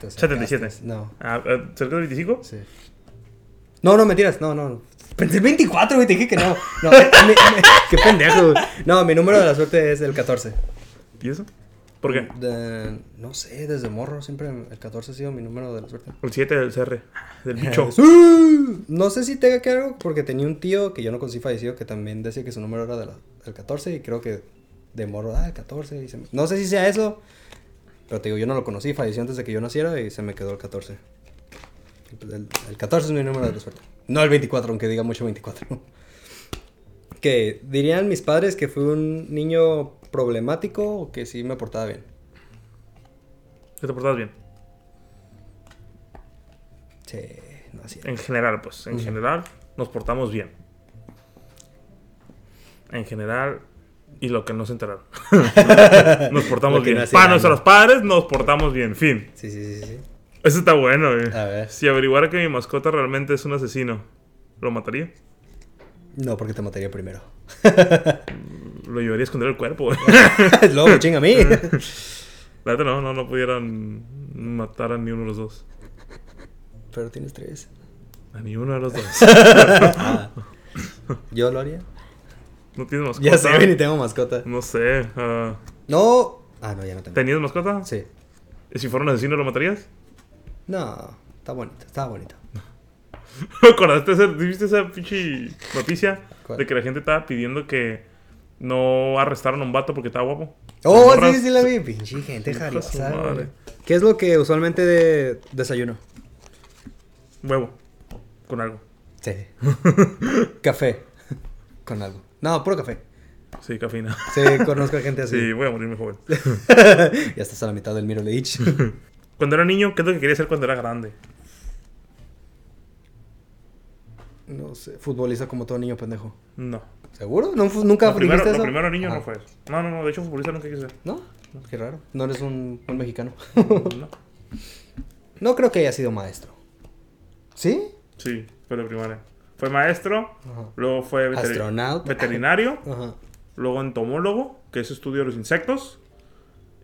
te acercaste. 77. No. Ah, eh, ¿Cerca de 25? Sí. No, no, mentiras. No, no. Pensé 24, güey. Te dije que no. No, eh, me- me- qué pendejo. güey. No, mi número de la suerte es el 14. ¿Y eso? ¿Por qué? De- no sé, desde morro siempre el 14 ha sido mi número de la suerte. El 7 del CR, del bicho. Sí. No sé si tenga que ver algo porque tenía un tío que yo no conocí fallecido que también decía que su número era de la- el 14 y creo que de morro, ah, el 14. y se me- No sé si sea eso, pero te digo, yo no lo conocí, falleció antes de que yo naciera y se me quedó el 14. Y pues El, el 14 es mi número de la suerte. No el 24, aunque diga mucho 24. que dirían mis padres que fui un niño problemático o que sí me portaba bien. Que te portabas bien. Sí, no así es. En general, pues. En general, nos portamos bien. En general, y lo que no se enteraron. nos portamos Lo que bien. no hacía Para daño. nuestros padres, nos portamos bien. Fin. Sí, sí, sí, sí. Eso está bueno, güey. A ver. Si averiguara que mi mascota realmente es un asesino, ¿lo mataría? No, porque te mataría primero. Lo llevaría a esconder el cuerpo, güey. Luego, chinga a mí. La neta, no, no, no pudieran matar a ni uno de los dos. Pero tienes tres. A ni uno de los dos. Yo lo haría. No tienes mascota. Ya sé, ni tengo mascota. No sé. ah, No. Ah, no, ya no tengo. ¿Tenías mascota? Sí. ¿Y Si fuera un asesino, ¿lo matarías? No, está bonito, está bonito. ¿Me acordaste? ese- ¿Viste esa pinche noticia? ¿Cuál? De que la gente estaba pidiendo que no arrestaron a un vato porque estaba guapo. Oh, Las morras- sí, sí la vi. Pinche gente Hijo de su jariosa, güey. madre. ¿Qué es lo que usualmente de desayuno? Huevo. Con algo. Sí. café. Con algo. No, puro café. Sí, cafeína. Sí, conozco a gente así. Sí, voy a morirme joven. ya estás a la mitad del Middle Age. Cuando era niño, ¿qué es lo que quería hacer cuando era grande? no sé, futbolista como todo niño pendejo. No. ¿Seguro? ¿No fu- ¿Nunca Lo primero, dijiste lo eso? primero niño Ah, no fue. eso. No, no, no. De hecho, futbolista nunca quise ser. ¿No? Qué raro. No eres un, un mexicano. No. no creo que haya sido maestro. ¿Sí? Sí, fue la primaria. Fue maestro, Ajá. luego fue veteri- Astronauta. veterinario, Ajá. luego entomólogo, que es estudio de los insectos.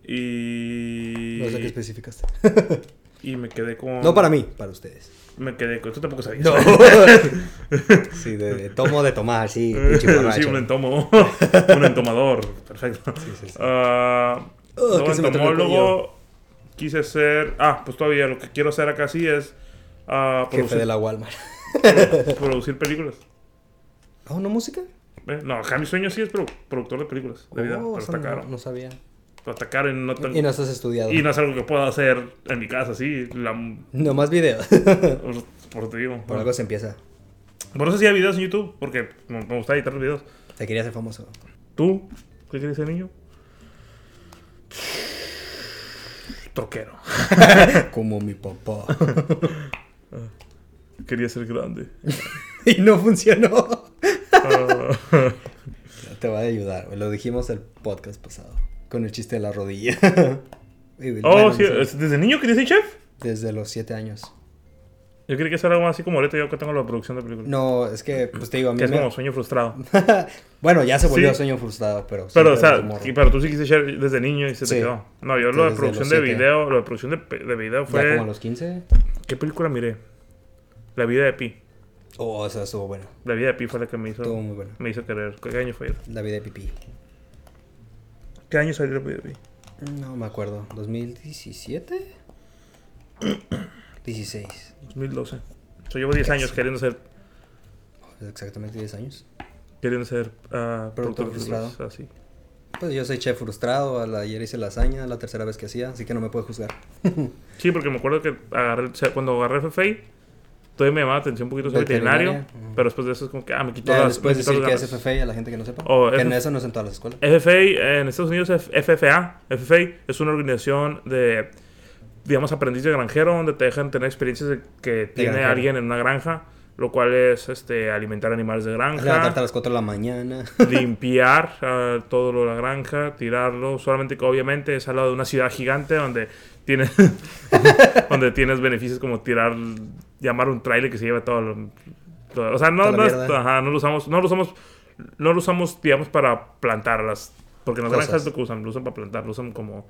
Y. No sé qué especificaste. Y me quedé con. no para mí, para ustedes. Me quedé con. Tú tampoco sabías. No. sí, de, de tomo de tomar, sí, pinche borracho. sí, un entomo. un entomador. Perfecto. sí, sí. Ah, Ah, luego que se me atoró el entomólogo. Quise ser. Ah, pues todavía lo que quiero hacer acá sí es. ah, Jefe producir, de la Walmart. producir películas. ¿Ah, no música? ¿Eh? No, acá mi sueño sí es produ- productor de películas. De vida, Oh, pero eso está no- caro. No, sabía. Pero está caro y no tan- Y no estás estudiado. Y no es algo que pueda hacer en mi casa, sí. La, No más videos. por, por- te digo. Por algo se empieza. Por eso hacía videos en YouTube, porque me, me gustaba editar los videos. Te quería hacer famoso. ¿Tú? ¿Qué quieres ser niño? Troquero. Como mi papá. Quería ser grande. y no funcionó. Ah, Te va a ayudar. güey. Lo dijimos el podcast pasado. Con el chiste de la rodilla. Y, oh, bueno, sí, sí, es- ¿Desde niño querías ser chef? Desde los siete años. Yo quería que ser algo así como ahorita yo que tengo la producción de películas. No, es que, pues te digo, a mí que es me- como sueño frustrado. bueno, ya se volvió Sí. sueño frustrado, pero... Pero, siempre o sea, desde morro. y- pero tú sí quisiste ser desde niño y se Sí. te quedó. No, yo lo de Desde producción los de siete. video, lo de producción de, pe- de video Ya como a fue... los 15. ¿Qué película miré? La vida de Pi. Oh, esa estuvo buena. La vida de Pi fue la que me hizo, Estuvo muy buena. me hizo querer. ¿Qué año fue? La vida de pipí. ¿Qué año salió la vida de Pi? No me acuerdo. ¿2017? 16. 2012. O sea, llevo 10 años queriendo ser, Pues exactamente 10 años. queriendo ser ah, Productor de frustrado. películas, Así. Pues yo soy chef frustrado. a la- ayer hice lasaña, la tercera vez que hacía, así que no me puede juzgar. Sí, porque me acuerdo que agarré, o sea, cuando agarré FFI, todavía me llamaba la atención un poquito ser Veterinaria, veterinario, ujú. pero después de eso es como que, ah, me quitó Ya las, después me quitó decir que las es ganas. FFI a la gente que no sepa. Oh, que F- en eso no es en todas las escuelas. FFA en Estados Unidos es FFA. FFA es una organización de, digamos, aprendiz de granjero, donde te dejan tener experiencias de- que tiene granjero. alguien en una granja, lo cual es este, alimentar animales de Levantarte a granja, las 4 de la mañana. limpiar ah, todo lo de la granja, tirarlo. Solamente que obviamente es al lado de una ciudad gigante donde tienes, donde tienes beneficios como tirar, llamar un trailer que se lleva todo lo... todo- o sea, no, Toda la no, es- mierda. ajá, no lo usamos, no lo usamos, no lo usamos, digamos, para plantarlas. Porque en las Cosas. granjas lo que usan, lo usan para plantar, lo usan como...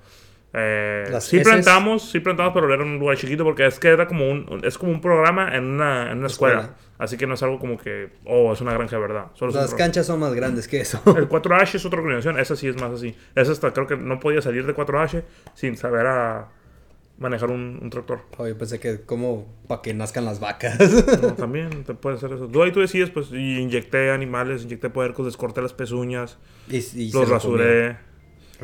Eh, Las sí heces. plantamos, sí plantamos, pero era un lugar chiquito porque es que era como un, un- es como un programa en una, en una escuela. Escuela. Así que no es algo como que, oh, es una granja de verdad. Solo es un Las pro- canchas son más grandes que eso. el 4H es otra organización, esa sí es más así. Esa hasta creo que no podía salir de 4H sin saber a manejar un, un tractor. Oh, yo pensé que como para que nazcan las vacas. No, también te puede hacer eso. Tú ahí tú decides, pues, y inyecté animales, inyecté puercos, descorté las pezuñas, y, y se los lo rasuré. comieron.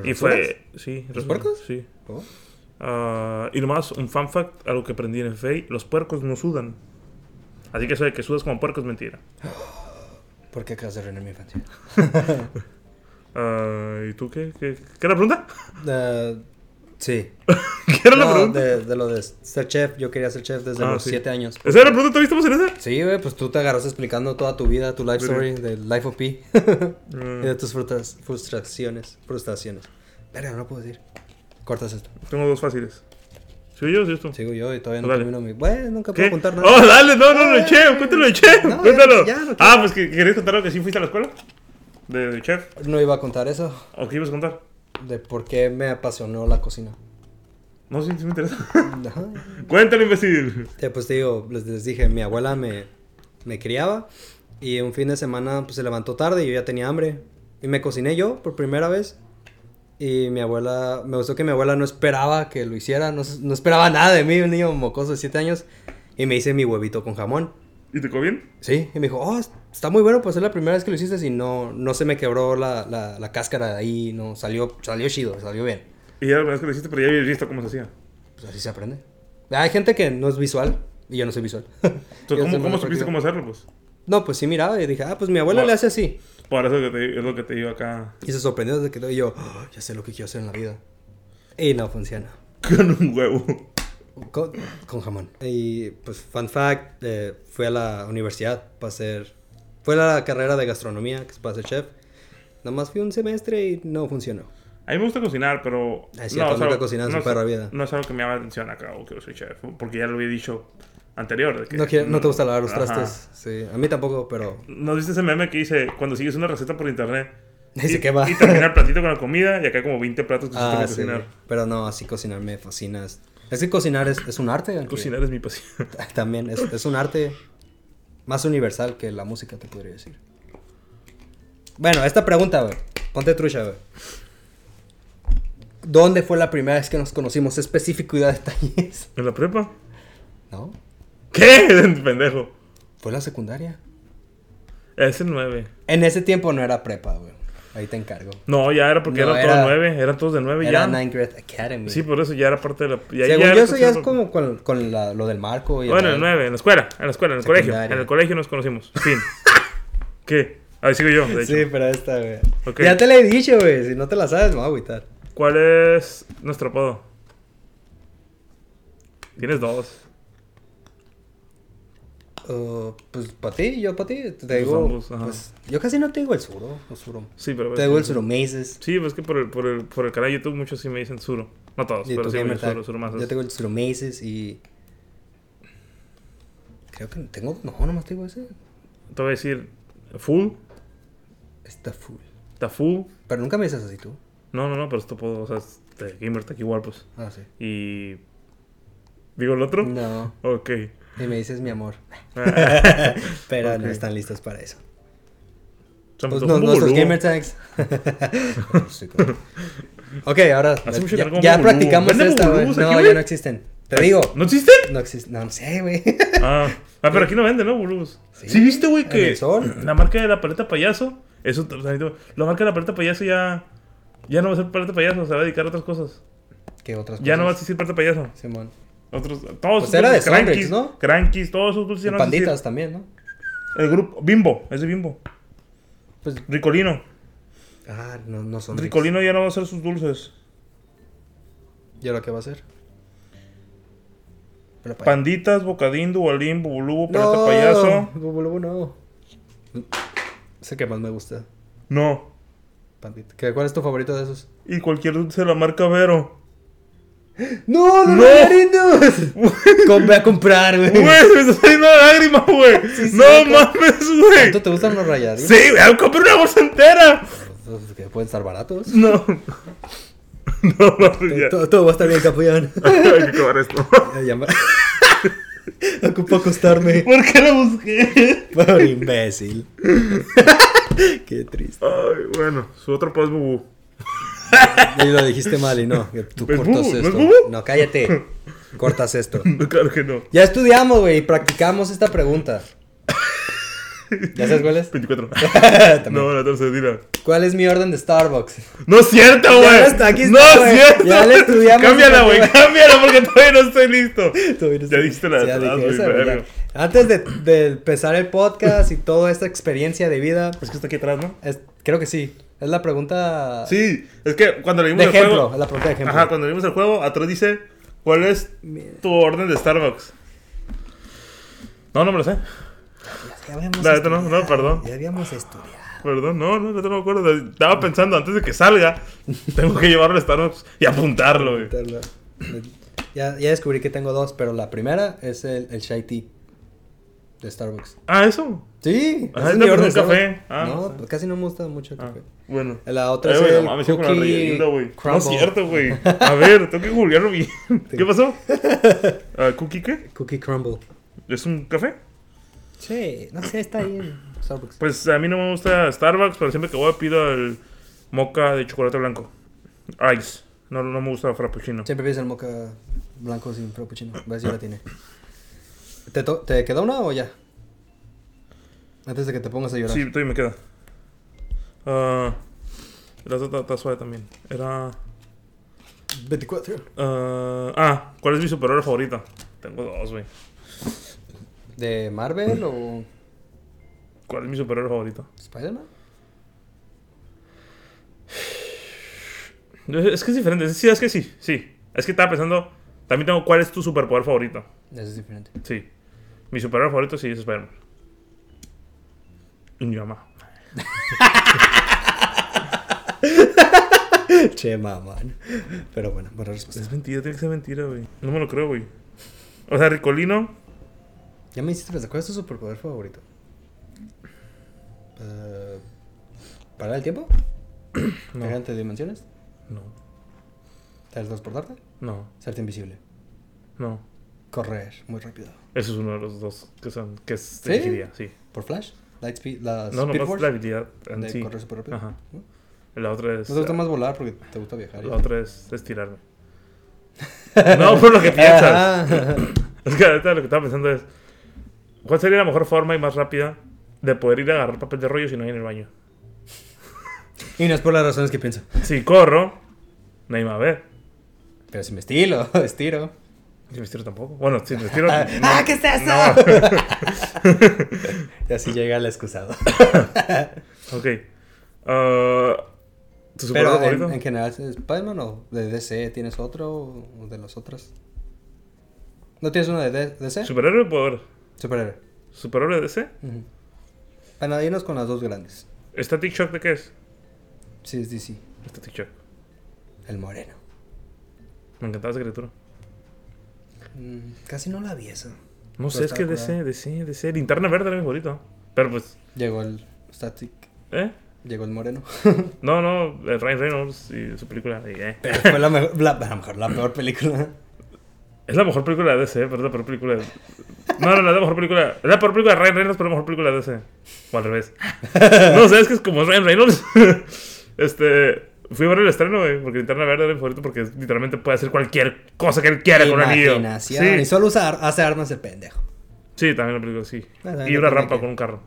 Y ¿Rasuras? fue. Sí, ¿Los rasuré, puercos? Sí. Oh. Ah, y nomás, un fan fact, algo que aprendí en FA: los puercos no sudan. Así que eso de que sudas como puerco es mentira. ¿Por qué acabas de arruinar mi infancia? Ah, ¿Y tú qué? ¿Qué, qué era la pregunta? Eh, sí. ¿Qué era la No, pregunta? de, de lo de ser chef. Yo quería ser chef desde Ah, los sí. 7 años. ¿Esa era la pregunta? ¿Todavía estamos en esa? Sí, güey, pues tú te agarraste explicando toda tu vida, tu life story, de Life of P. Mm. y de tus frustras- frustraciones. Frustraciones. Verga, no lo puedo decir. Cortas esto. Tengo dos fáciles. ¿Soy yo o soy esto? Sigo yo y todavía no Dale. termino mi. Bueno, nunca ¿Qué? puedo contar nada. Oh, dale, no, no, no, chef, cuéntalo de chef, No, ya, cuéntalo. ya, no quiero. ah, pues que querías contar lo que sí fuiste a la escuela de, de chef. No iba a contar eso. ¿O qué ibas a contar? De por qué me apasionó la cocina. No sé si me interesa. Ajá. cuéntalo, imbécil. Ya, pues te digo, les, les dije, mi abuela me, me criaba y un fin de semana pues, se levantó tarde y yo ya tenía hambre. Y me cociné yo por primera vez Y mi abuela, me gustó que mi abuela no esperaba que lo hiciera, no, no esperaba nada de mí, un niño mocoso de 7 años. Y me hice mi huevito con jamón. ¿Y te quedó bien? Sí, y me dijo, oh, está muy bueno, pues es la primera vez que lo hiciste y no, no se me quebró la, la, la cáscara de ahí, no, salió, salió chido, salió bien. Y ya la verdad es que lo hiciste, pero ya habías visto cómo se hacía. Pues así se aprende. Hay gente que no es visual y yo no soy visual. Yo Entonces, soy ¿cómo, cómo menos supiste práctico. cómo hacerlo, pues? No, pues sí miraba y dije, ah, pues mi abuela Wow. le hace así. Por eso que te- es lo que te digo acá. Y se sorprendió desde que lo- y yo, "Ah, ya sé lo que quiero hacer en la vida. Y no funciona. Con un huevo. Con, con jamón. Y pues, fun fact, eh, fui a la universidad para hacer... Fue la carrera de gastronomía, que es para ser chef. Nada más fui un semestre y no funcionó. A mí me gusta cocinar, pero. Ah, Es cierto, es nunca algo- cocinas no en su es- perra vida. No es algo que me llama la atención acá o que soy chef, porque ya lo había dicho anterior. de que- No, quiere- no te gusta lavar los Ajá. trastes. Sí, a mí tampoco, pero... ¿No viste ese meme que dice cuando sigues una receta por internet? Y se y, quema. Y termina el platito con la comida y acá como 20 platos que Ah, se sí. tienen que cocinar. Pero no, así cocinar me fascina. Es es que cocinar es, es un arte. aunque- Cocinar es mi pasión. También es, es un arte más universal que la música, te podría decir. Bueno, esta pregunta, güey. Ponte trucha, güey. ¿Dónde fue la primera vez que nos conocimos? Específico y da detalles. ¿En la prepa? ¿No? ¿Qué? Pendejo. Fue la secundaria. Es el 9. En ese tiempo no era prepa, güey. Ahí te encargo. No, ya era porque No, eran era- todos 9. Eran todos de 9 Era ya. Ninth Grade Academy. Sí, por eso ya era parte de la. Ya, Según ya era yo, eso ya es considerado- como con, con la- lo del marco. Y Bueno, el- el 9, en la escuela, en la escuela, en el colegio. Secundaria. En el colegio nos conocimos. Fin. ¿Qué? Ahí sigo yo, de hecho. Sí, pero esta, güey. Ok. Ya te la he dicho, güey. Si no te la sabes, me voy a agüitar. ¿Cuál es nuestro apodo? Tienes dos. Uh, pues para ti, yo para ti, te Pues digo. ambos, ajá. Pues pues, yo casi no te digo el suro, o suro. Sí, pero. Te digo el suromeses. Sí, pues es que por el, por, el, por el canal de YouTube muchos sí me dicen Zuro. No todos, Y Pues, pero tú, sí me gamer dicen tag. Zuro, Zuro Yo tengo el suromeses y. Creo que tengo. No, nomás te digo ese. Te voy a decir Full, Está full. Tafu. Pero nunca me dices así tú. No, no, no, pero esto puedo, o sea, es de Gamer Tag igual, pues. Ah, sí. Y. ¿Digo el otro? No. Ok. Ah, Y me dices mi amor. pero no Ok. están listos para eso. Son Pues puto no, un nuestros boludo. gamer tags. Sí, claro. ok, ahora. Hace mucho que Ya, no como ya bulú. practicamos ¿Venden esta, güey. bulús aquí, No, güey? ya no existen. Te digo. ¿No existe? No existe. No, no sé, güey. Ah, ah, pero aquí no venden, ¿no, bulus? Sí. Sí, viste, güey, que En el sol. la marca de la paleta payaso, eso también te- la marca de la paleta payaso ya ya no va a ser paleta payaso, se va a dedicar a otras cosas. ¿Qué otras Ya no va a cosas? existir paleta payaso. Simón. Otros todos Pues era de esos Sonrix, crankies, ¿no? Crankies, todos esos dulces Y ya no van a existir. panditas también, ¿no? El grupo Bimbo, ese Bimbo. Pues, Ricolino. ah, no, no son ricos. Ricolino ya no va a hacer sus dulces. ¿Y ahora qué va a hacer? Pero pa- Panditas, bocadín, dualín, bubulubo, paleta no, payaso. Bubulubu no. Sé que más me gusta. No. Pandita. ¿Qué- ¿Cuál es tu favorito de esos? Y cualquier dulce de la marca Vero. ¡No, ¡No! margaritos! Con- Ve a comprar, güey. Güey, se me está saliendo la lágrima, güey. no cierto. mames, güey. ¿Cuánto te gustan los rayaditos? Sí, güey, compré una bolsa entera. Pues, Que pueden estar baratos. No. No, mames, ya. Todo, todo va a estar bien, campeón. Hay que acabar esto. Ya, ya me- Ocupo acostarme. ¿Por qué la busqué? Por imbécil. Qué triste. Ay, bueno, su otro paz bubu. Y lo dijiste mal y no. que Tú ¿Es cortas bubu? ¿No es esto. bubu? No, cállate. Cortas esto. No, claro que no. Ya estudiamos, güey, y practicamos esta pregunta. ¿Ya sabes cuál es? 24. También. No, la tercera tira. ¿Cuál es mi orden de Starbucks? No es cierto, Ya güey. está, aquí no está, es güey. cierto. Ya la estudiamos. Cámbiala, güey. Cámbiala porque todavía no estoy listo. Ya dijiste la de Ya atrás, dije güey, esa, güey, ya. verga. Antes de, de empezar el podcast y toda esta experiencia de vida, Es que está aquí atrás, ¿no? es- creo que sí. Es la pregunta Sí, es que cuando leímos de el ejemplo. juego. Es la pregunta de ejemplo. Ajá, cuando vimos el juego, atrás dice, ¿cuál es tu orden de Starbucks? No, no me lo sé. Ya habíamos La neta no, estudiado, no, perdón. Ya habíamos estudiado. Perdón, no, no, no me acuerdo. Estaba pensando antes de que salga, tengo que llevarlo a Starbucks y apuntarlo, güey. Ya, ya descubrí que tengo dos, pero la primera es el, el Shai Tea de Starbucks. Ah, eso. Sí, ese Ajá, Ah, es la mi orden primera de café. Starbucks. Ah, no, no sé. pues casi no me gusta mucho el Ah, café. bueno. La otra Ay, es güey, el no mames, yo con la cookie rellenita, güey. No crumble. es cierto, güey. A ver, tengo que googlearlo bien. ¿Qué pasó? Ah, ¿Cookie qué? Cookie Crumble. ¿Es un café? Sí, no sé, está ahí en Starbucks. Pues a mí no me gusta Starbucks, pero siempre que voy pido el moca de chocolate blanco. Ice. No, no me gusta el frappuccino. Siempre pides el moca blanco sin frappuccino. Ves, ya la tiene. ¿Te, to- ¿Te queda una o ya? Antes de que te pongas a llorar. Sí, todavía me queda. Ah, la otra está suave también. Era... 24. ah, ah, ¿cuál es mi superhéroe favorita? Tengo dos, güey. ¿De Marvel o ¿Cuál es mi superhéroe favorito? Spider-Man? Es es que es diferente. Sí, es que sí. Sí. Es que estaba pensando... También tengo cuál es tu superpoder favorito. Eso es diferente. Sí. Mi superhéroe favorito sí es Spider-Man. Y Mi mamá. Che, mamón. Pero bueno, buena respuesta. Es mentira, tiene que ser mentira, güey. No me lo creo, güey. O sea, Ricolino. Ya me hiciste pensar, ¿cuál es tu superpoder favorito? Eh, ¿Parar el tiempo? No. ¿Pegante dimensiones? No. ¿Teletransportarte? No. ¿Serte invisible? No. Correr muy rápido. Ese es uno de los dos que son. Que se ¿Sí? elegiría, sí. ¿Por Flash? ¿Light Speed? ¿La No, Speed nomás Force? la habilidad en ¿De sí. correr súper rápido? Ajá. ¿No? La otra es. ¿No te gusta más volar porque te gusta viajar? La otra es estirarme. no, por lo que piensas. Es que ahorita lo que estaba pensando es. ¿Cuál sería la mejor forma y más rápida de poder ir a agarrar papel de rollo si no hay en el baño? Y no es por las razones que pienso. Si corro, nadie me va a ver. Pero si me estilo, estiro. Si me estiro tampoco. Bueno, si me estiro. Ah, no. ¡ah, ¿qué es eso? No. Y así llega el excusado. ok. Ah, ¿Tu superhéroe Pero en, favorito? en general, ¿Spider-Man o de DC tienes otro o de las otras? ¿No tienes uno de D- DC? ¿Superhéroe o poder? Superhéroe. ¿Superhéroe de DC? Ujú. Para irnos con las dos grandes. ¿Static Shock de qué es? Sí, es DC. Static Shock. El moreno. Me encantaba esa criatura. Mm, casi no la vi esa. No sé, es que estaba DC, DC, DC. Linterna verde era mi favorito. Pero pues, Llegó el Static. ¿eh? Llegó el moreno. No, no, eh, Ryan Reynolds y su película. y, eh. Pero fue la mejor, la, a lo mejor la peor película. Es la mejor película de DC, pero es la peor película. de- No, no, no, es la mejor película. Es la peor película de Ryan Reynolds, pero la mejor película de DC. O al revés. No sé, es que es como es Ryan Reynolds. Este. Fui a ver el estreno, güey, porque Linterna Verde era mi favorito, porque literalmente puede hacer cualquier cosa que él quiera con un anillo. Imaginación. Y Sí, solo usa, ar- hace armas el pendejo. sí, también la película, sí. Ah, también Y depende una rampa que- con un carro.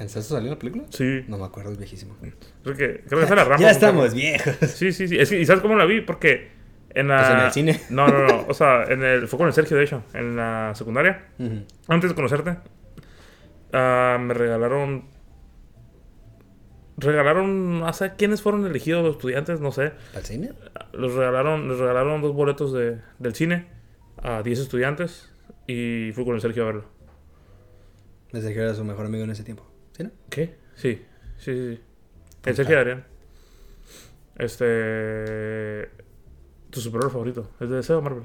¿En serio salió la película? Sí. No me acuerdo, es viejísimo. Creo que, creo que esa es la ya rampa. con carro. estamos viejos. Sí, sí, sí. Es que, ¿Y sabes cómo la vi? Porque en la... Pues en el cine. No, no, no. O sea, en el... fue con el Sergio, de hecho, en la secundaria. Ujú. Antes de conocerte, ah, me regalaron... Regalaron... No sé quiénes fueron elegidos los estudiantes, no sé. ¿Al cine? Los regalaron, les regalaron dos boletos de, del cine a 10 estudiantes y fui con el Sergio a verlo. Desde que era su mejor amigo en ese tiempo. ¿Sí, no? ¿Qué? Sí, sí, sí. sí. El Sergio Adrián. Este... ¿Tu superhéroe favorito? ¿Es de DC o Marvel?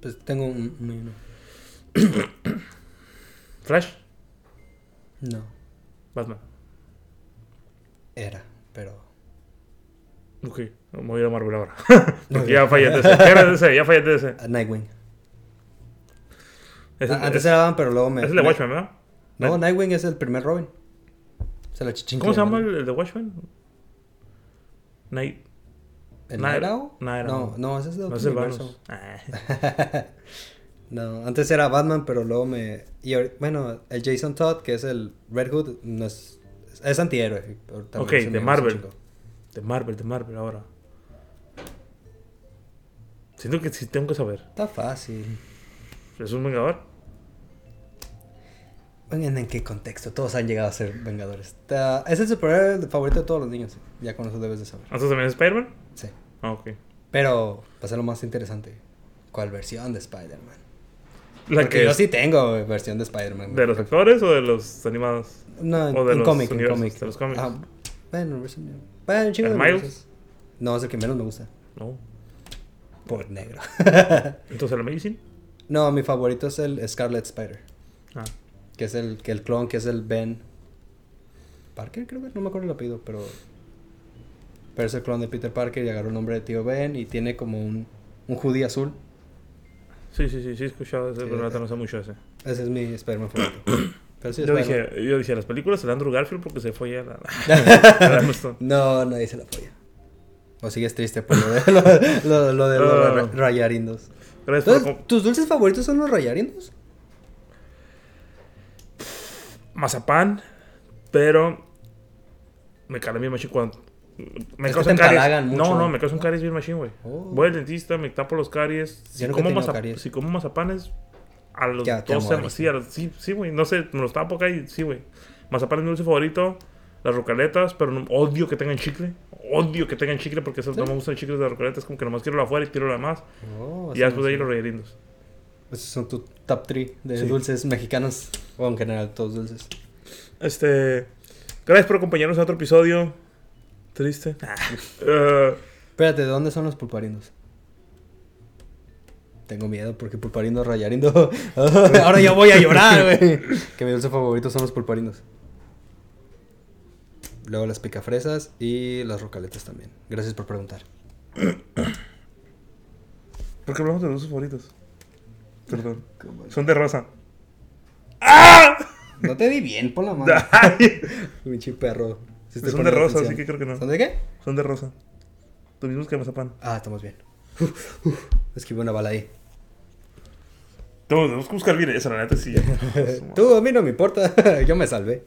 Pues tengo un. un- uno. Flash, No. Batman. Era, pero. Ok, me voy a ir a Marvel ahora. Muy Porque bien. ya fallé de ese. ¿Qué era de ese? Ya fallé de ese. A Nightwing. Es, Ah, Antes es, era Batman, pero luego me. es el de me- Watchmen, ¿verdad? No, Nightwing es el primer Robin. Se la chichinca. ¿Cómo se llama el, el de Watchmen? Night. ¿El Night- Night Owl? Night No, Owl. no, ese es de No otro es el universo. Vanos. Ah, No, antes era Batman, pero luego me. Y ahori- bueno, el Jason Todd, que es el Red Hood, no es. Es antihéroe. pero también Ok, se me- de se Marvel. chingó. De Marvel, de Marvel ahora. Siento que sí tengo que saber. Está fácil. ¿Es un vengador? Vengan en qué contexto. Todos han llegado a ser vengadores. Ta- Es el superhéroe favorito de todos los niños. Ya con eso debes de saber. ¿Antes ¿Ah, también es Spider-Man? Sí. Ah, ok. Pero va a ser lo más interesante. ¿Cuál versión de Spider-Man? ¿La Porque que yo es sí tengo eh, versión de Spider-Man. ¿De los actores o de los animados? No, en, o de en los cómic, en universos, cómic. de los cómics? Ah, bueno, versión- bueno, un chingo ¿El de Miles? universos. No, es el que menos me gusta. No. Por negro. ¿Entonces el Amazing? no, mi favorito es el Scarlet Spider. Ah. Que es el, que el clon, que es el Ben. Parker, creo que no me acuerdo el apellido, pero. Pero es el clon de Peter Parker y agarró el nombre de tío Ben y tiene como un, un hoodie azul. Sí, sí, sí, sí, he escuchado ese, Sí, pero la verdad eh. no sé mucho ese. Ese es mi Spider-Man favorito. Pero sí, yo, Spider-Man. dije, yo dije, las películas de Andrew Garfield porque se fue ya la... la- la Amazon. No, nadie se la apoya. O sigues triste por lo de, lo, lo- lo de los ra- rayarindos. Gracias por Entonces, ¿tus dulces favoritos son los rayarindos? mazapán, pero me calan bien machín cuando... Me Es que causan te caries. empalagan mucho. No, no, me causan caries bien machín, güey. Oh. Voy al dentista, me tapo los caries. Si, nunca he como, tenido mazap- caries. si como mazapanes, a los Ya te 12... mueres. Sí, a los- sí, sí, güey. No sé, me los tapo acá y sí, güey. Mazapán es mi dulce favorito. Las rocaletas, pero no- odio que tengan chicle. Odio que tengan chicle porque eso, no me gustan chicles de rocaletas. Como que nomás quiero la afuera y tiro la más. Oh, y ya después de ahí los rayarindos. Esos son tu top 3 de Sí. dulces mexicanos. O en general, todos dulces. Este. Gracias por acompañarnos a otro episodio. Triste. Eh, Espérate, ¿de dónde son los pulparindos? Tengo miedo porque pulparindo, rayarindo. Ahora yo voy a llorar, güey. que mi dulce favorito son los pulparindos. Luego las picafresas y las rocaletas también. Gracias por preguntar. ¿Por qué hablamos de dulces favoritos? Perdón. Son de rosa. ¡Ah! No te di bien, por la mano. Ay, Pinche perro. Se está Son de poniendo rosa, atención. así que creo que no. ¿Son de qué? Son de rosa. Tú mismo que mazapán. Ah, estamos bien. Esquivé una bala ahí. No, tenemos que buscar bien esa, la neta, sí. Tú, a mí no me importa. yo me salvé.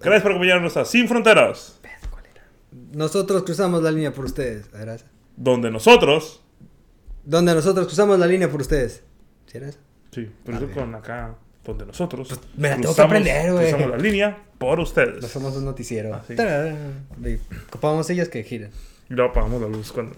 Gracias por acompañarnos a Sin Fronteras, Nosotros cruzamos la línea por ustedes. Gracias. donde nosotros. Donde nosotros cruzamos la línea por ustedes. ¿Sí era eso? Sí, pero eso con acá, donde nosotros. me la tengo que cruzamos- aprender, güey. Cruzamos la línea por ustedes. No somos un noticiero. Ah, sí. Tarara. Y Ocupamos ellas que giran. Y luego apagamos la luz cuando.